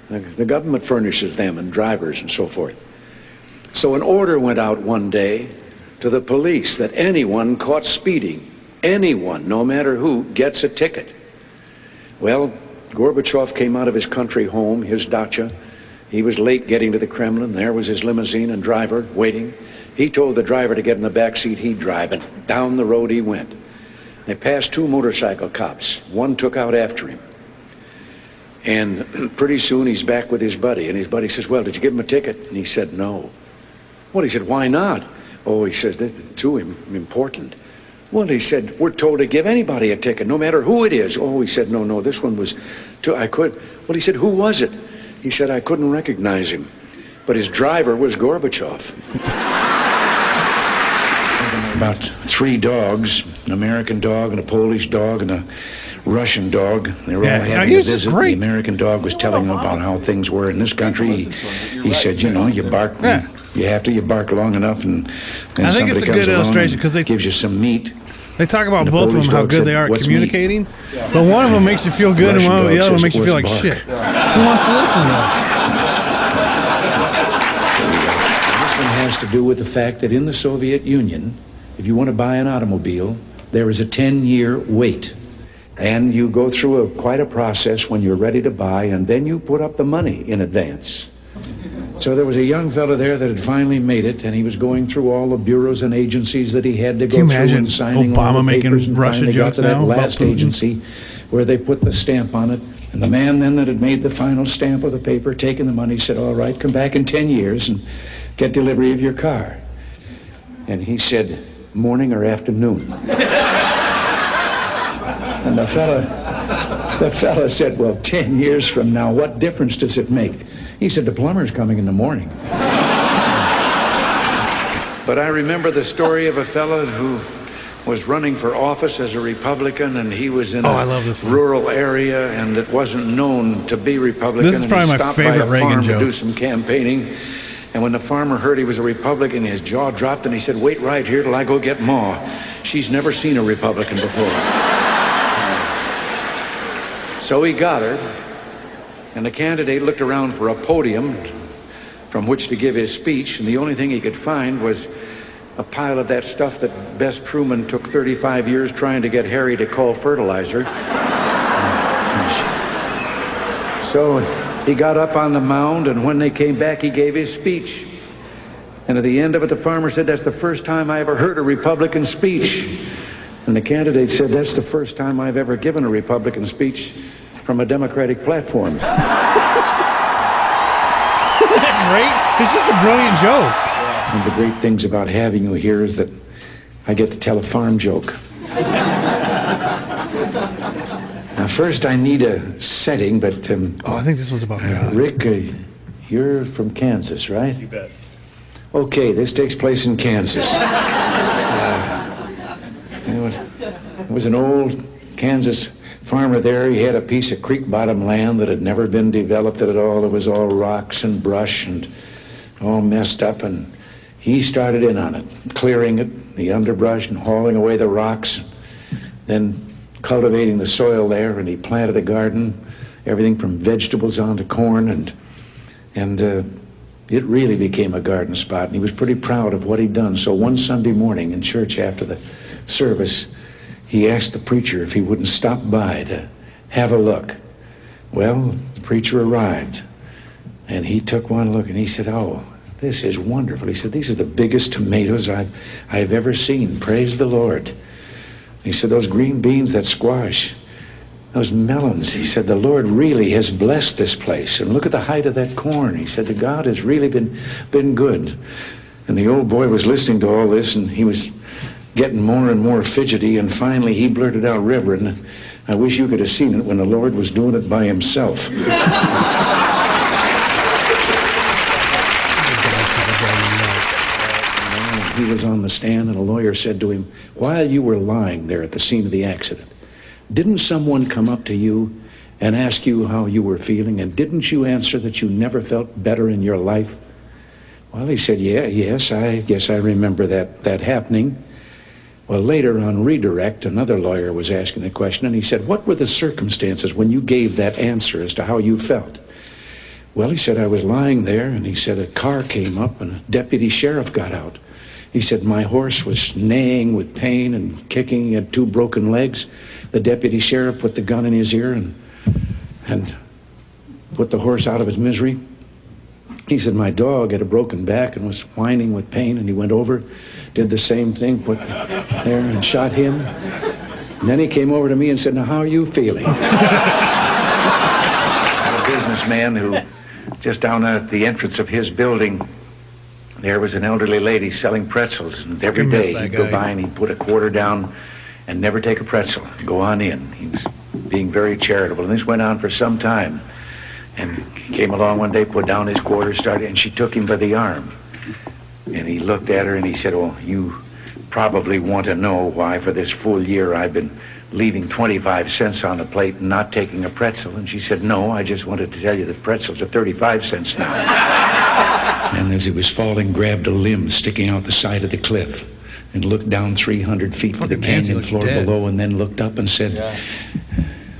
S2: The, the government furnishes them and drivers and so forth. So an order went out one day to the police that anyone caught speeding, anyone, no matter who, gets a ticket. Well, Gorbachev came out of his country home, his dacha. He was late getting to the Kremlin. There was his limousine and driver waiting. He told the driver to get in the back seat, he'd drive, and down the road he went. They passed two motorcycle cops. One took out after him. And pretty soon he's back with his buddy, and his buddy says, Well, did you give him a ticket? And he said, No. Well, he said, Why not? Oh, he said, "That- To him, important. Well, he said, We're told to give anybody a ticket, no matter who it is. Oh, he said, No, no, this one was to, I could. Well, he said, Who was it? He said, I couldn't recognize him. But his driver was Gorbachev about three dogs an American dog and a Polish dog and a Russian dog. They were
S5: Yeah,
S2: all
S5: now
S2: having a
S5: yours is
S2: visit. and The
S5: great.
S2: American dog was telling them about how things were in this country. He, he said, You know, you bark,
S5: Yeah.
S2: you have to, you bark long enough, and, and
S5: I think
S2: somebody
S5: it's a
S2: comes
S5: good
S2: along
S5: illustration
S2: and
S5: 'cause they-
S2: gives you some meat.
S5: They talk about
S2: And the
S5: both of them
S2: Polish
S5: how
S2: dog
S5: good
S2: said,
S5: they are at
S2: "What's meat?"
S5: communicating, but one of them makes you feel good and
S2: Russian
S5: one of the
S2: dog
S5: other one
S2: says,
S5: makes you feel like
S2: "What's
S5: shit.
S2: bark?"
S5: Who wants to listen to that?
S2: And This one has to do with the fact that in the Soviet Union, if you want to buy an automobile, there is a 10 year wait. And you go through a, quite a process when you're ready to buy, and then you put up the money in advance. So there was a young fellow there that had finally made it, and he was going through all the bureaus and agencies that he had to go
S5: Can you
S2: through
S5: imagine
S2: and signing all
S5: Obama
S2: the
S5: making
S2: papers, and
S5: Russia
S2: finally got
S5: jokes
S2: to that
S5: now about
S2: last
S5: Putin?
S2: agency where they put the stamp on it. And the man then that had made the final stamp of the paper, taken the money, said, "All right, come back in ten years and get delivery of your car." And he said, "Morning or afternoon." and the fella, the fella said, "Well, ten years from now, what difference does it make?" He said, "The plumber's coming in the morning." But I remember the story of a fellow who was running for office as a Republican, and he was in
S5: Oh,
S2: a
S5: I love this one.
S2: rural area, and it wasn't known to be Republican.
S5: This is
S2: and
S5: probably
S2: he
S5: my
S2: stopped by
S5: favorite
S2: a
S5: Reagan
S2: farm
S5: joke.
S2: to do some campaigning. And when the farmer heard he was a Republican, his jaw dropped, and he said, "Wait right here till I go get Ma. She's never seen a Republican before." so he got her, and the candidate looked around for a podium from which to give his speech, and the only thing he could find was a pile of that stuff that Bess Truman took 35 years trying to get Harry to call fertilizer. so he got up on the mound, and when they came back, he gave his speech. And at the end of it, the farmer said, That's the first time I ever heard a Republican speech. And the candidate said, That's the first time I've ever given a Republican speech from a Democratic platform.
S5: Isn't that great? It's just a brilliant joke.
S2: One of the great things about having you here is that I get to tell a farm joke. now, first, I need a setting, but. Um,
S5: oh, I think this one's about God.
S2: Rick, uh, you're from Kansas, right? You
S22: bet.
S2: Okay, this takes place in Kansas. Uh, you know, it was an old Kansas farmer there. He had a piece of creek bottom land that had never been developed at all. It was all rocks and brush and all messed up. And he started in on it, clearing it, the underbrush, and hauling away the rocks. Then cultivating the soil there, and he planted a garden, everything from vegetables on to corn, and and uh, it really became a garden spot. And he was pretty proud of what he'd done. So one Sunday morning in church after the service, he asked the preacher if he wouldn't stop by to have a look. Well, the preacher arrived, and he took one look and he said, "Oh." This is wonderful. He said, These are the biggest tomatoes I've, I've ever seen. Praise the Lord. He said, Those green beans, that squash, those melons. He said, The Lord really has blessed this place. And look at the height of that corn. He said, The God has really been, been good. And the old boy was listening to all this and he was getting more and more fidgety. And finally he blurted out, Reverend, I wish you could have seen it when the Lord was doing it by himself. He was on the stand, and a lawyer said to him, While you were lying there at the scene of the accident, didn't someone come up to you and ask you how you were feeling? And didn't you answer that you never felt better in your life? Well, he said, Yeah, yes, I guess I remember that, that happening. Well, later on redirect, another lawyer was asking the question, and he said, What were the circumstances when you gave that answer as to how you felt? Well, he said, I was lying there, and he said, A car came up, and a deputy sheriff got out. He said, My horse was neighing with pain and kicking. He had two broken legs. The deputy sheriff put the gun in his ear and, and put the horse out of his misery. He said, My dog had a broken back and was whining with pain, and he went over, did the same thing, put the, there and shot him. And then he came over to me and said, Now, how are you feeling? a businessman who, just down at the entrance of his building, there was an elderly lady selling pretzels, and every
S5: Fucking miss
S2: day
S5: that
S2: he'd go
S5: guy.
S2: by and he'd put a quarter down and never take a pretzel. Go on in. He was being very charitable, and this went on for some time. And he came along one day, put down his quarter, started, and she took him by the arm. And he looked at her and he said, "Oh, you probably want to know why for this full year I've been leaving 25 cents on the plate and not taking a pretzel." And she said, "No, I just wanted to tell you that pretzels are 35 cents now." and as he was falling, grabbed a limb sticking out the side of the cliff and looked down 300 feet to the canyon floor below and then looked up and said,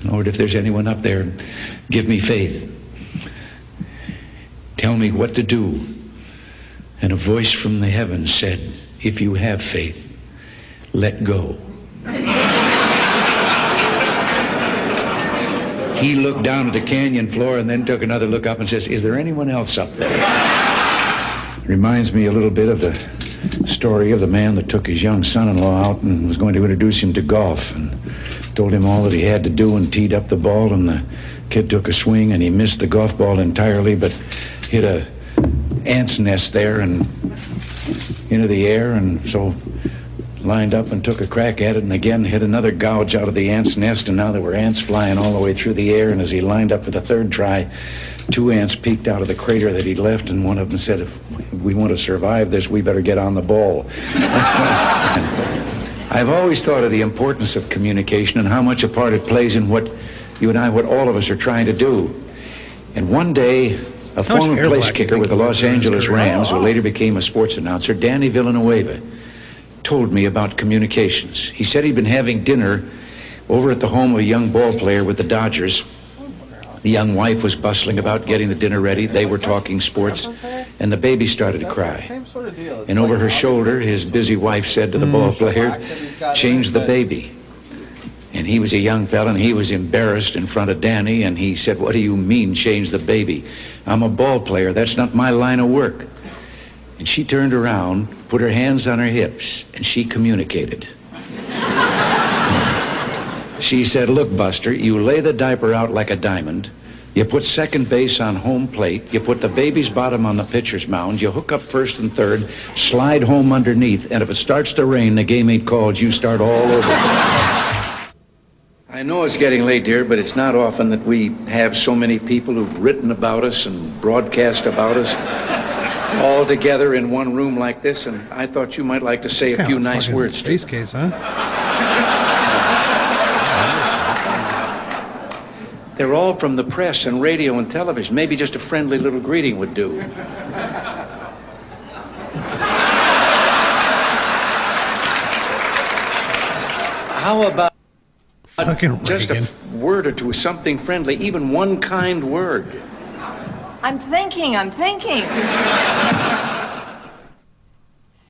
S2: Lord, if there's anyone up there, give me faith. Tell me what to do. And a voice from the heavens said, If you have faith, let go. he looked down at the canyon floor and then took another look up and says, Is there anyone else up there? Reminds me a little bit of the story of the man that took his young son in law out and was going to introduce him to golf and told him all that he had to do and teed up the ball. And the kid took a swing and he missed the golf ball entirely but hit a ant's nest there and into the air. And so lined up and took a crack at it and again hit another gouge out of the ant's nest. And now there were ants flying all the way through the air. And as he lined up for the third try, two ants peeked out of the crater that he'd left. And one of them said, If we want to survive this, we better get on the ball. I've always thought of the importance of communication and how much a part it plays in what you and I, what all of us are trying to do. And one day, a
S5: How much
S2: former
S5: air
S2: place
S5: black do you
S2: kicker
S5: think
S2: with the
S5: he
S2: Los
S5: wore in his
S2: Angeles
S5: career?
S2: Rams, who later became a sports announcer, Danny Villanueva, told me about communications. He said he'd been having dinner over at the home of a young ball player with the Dodgers. The young wife was bustling about getting the dinner ready. They were talking sports. and the baby started to cry. And over her shoulder, his busy wife said to the ball player, Change the baby. And he was a young fella and he was embarrassed in front of Danny and he said, What do you mean, change the baby? I'm a ball player. That's not my line of work. And she turned around, put her hands on her hips, and she communicated. she said, Look, Buster, you lay the diaper out like a diamond. You put second base on home plate. You put the baby's bottom on the pitcher's mound. You hook up first and third, slide home underneath, and if it starts to rain, the game ain't called. You start all over. I know it's getting late, dear, but it's not often that we have so many people who've written about us and broadcast about us all together in one room like this, and I thought you might like to say a
S5: Kinda
S2: few nice
S5: fucking
S2: words.
S5: Space case, huh?
S2: They're all from the press and radio and television. Maybe just a friendly little greeting would do. How about just a f- word or two, something friendly, even one kind word?
S3: I'm thinking, I'm thinking.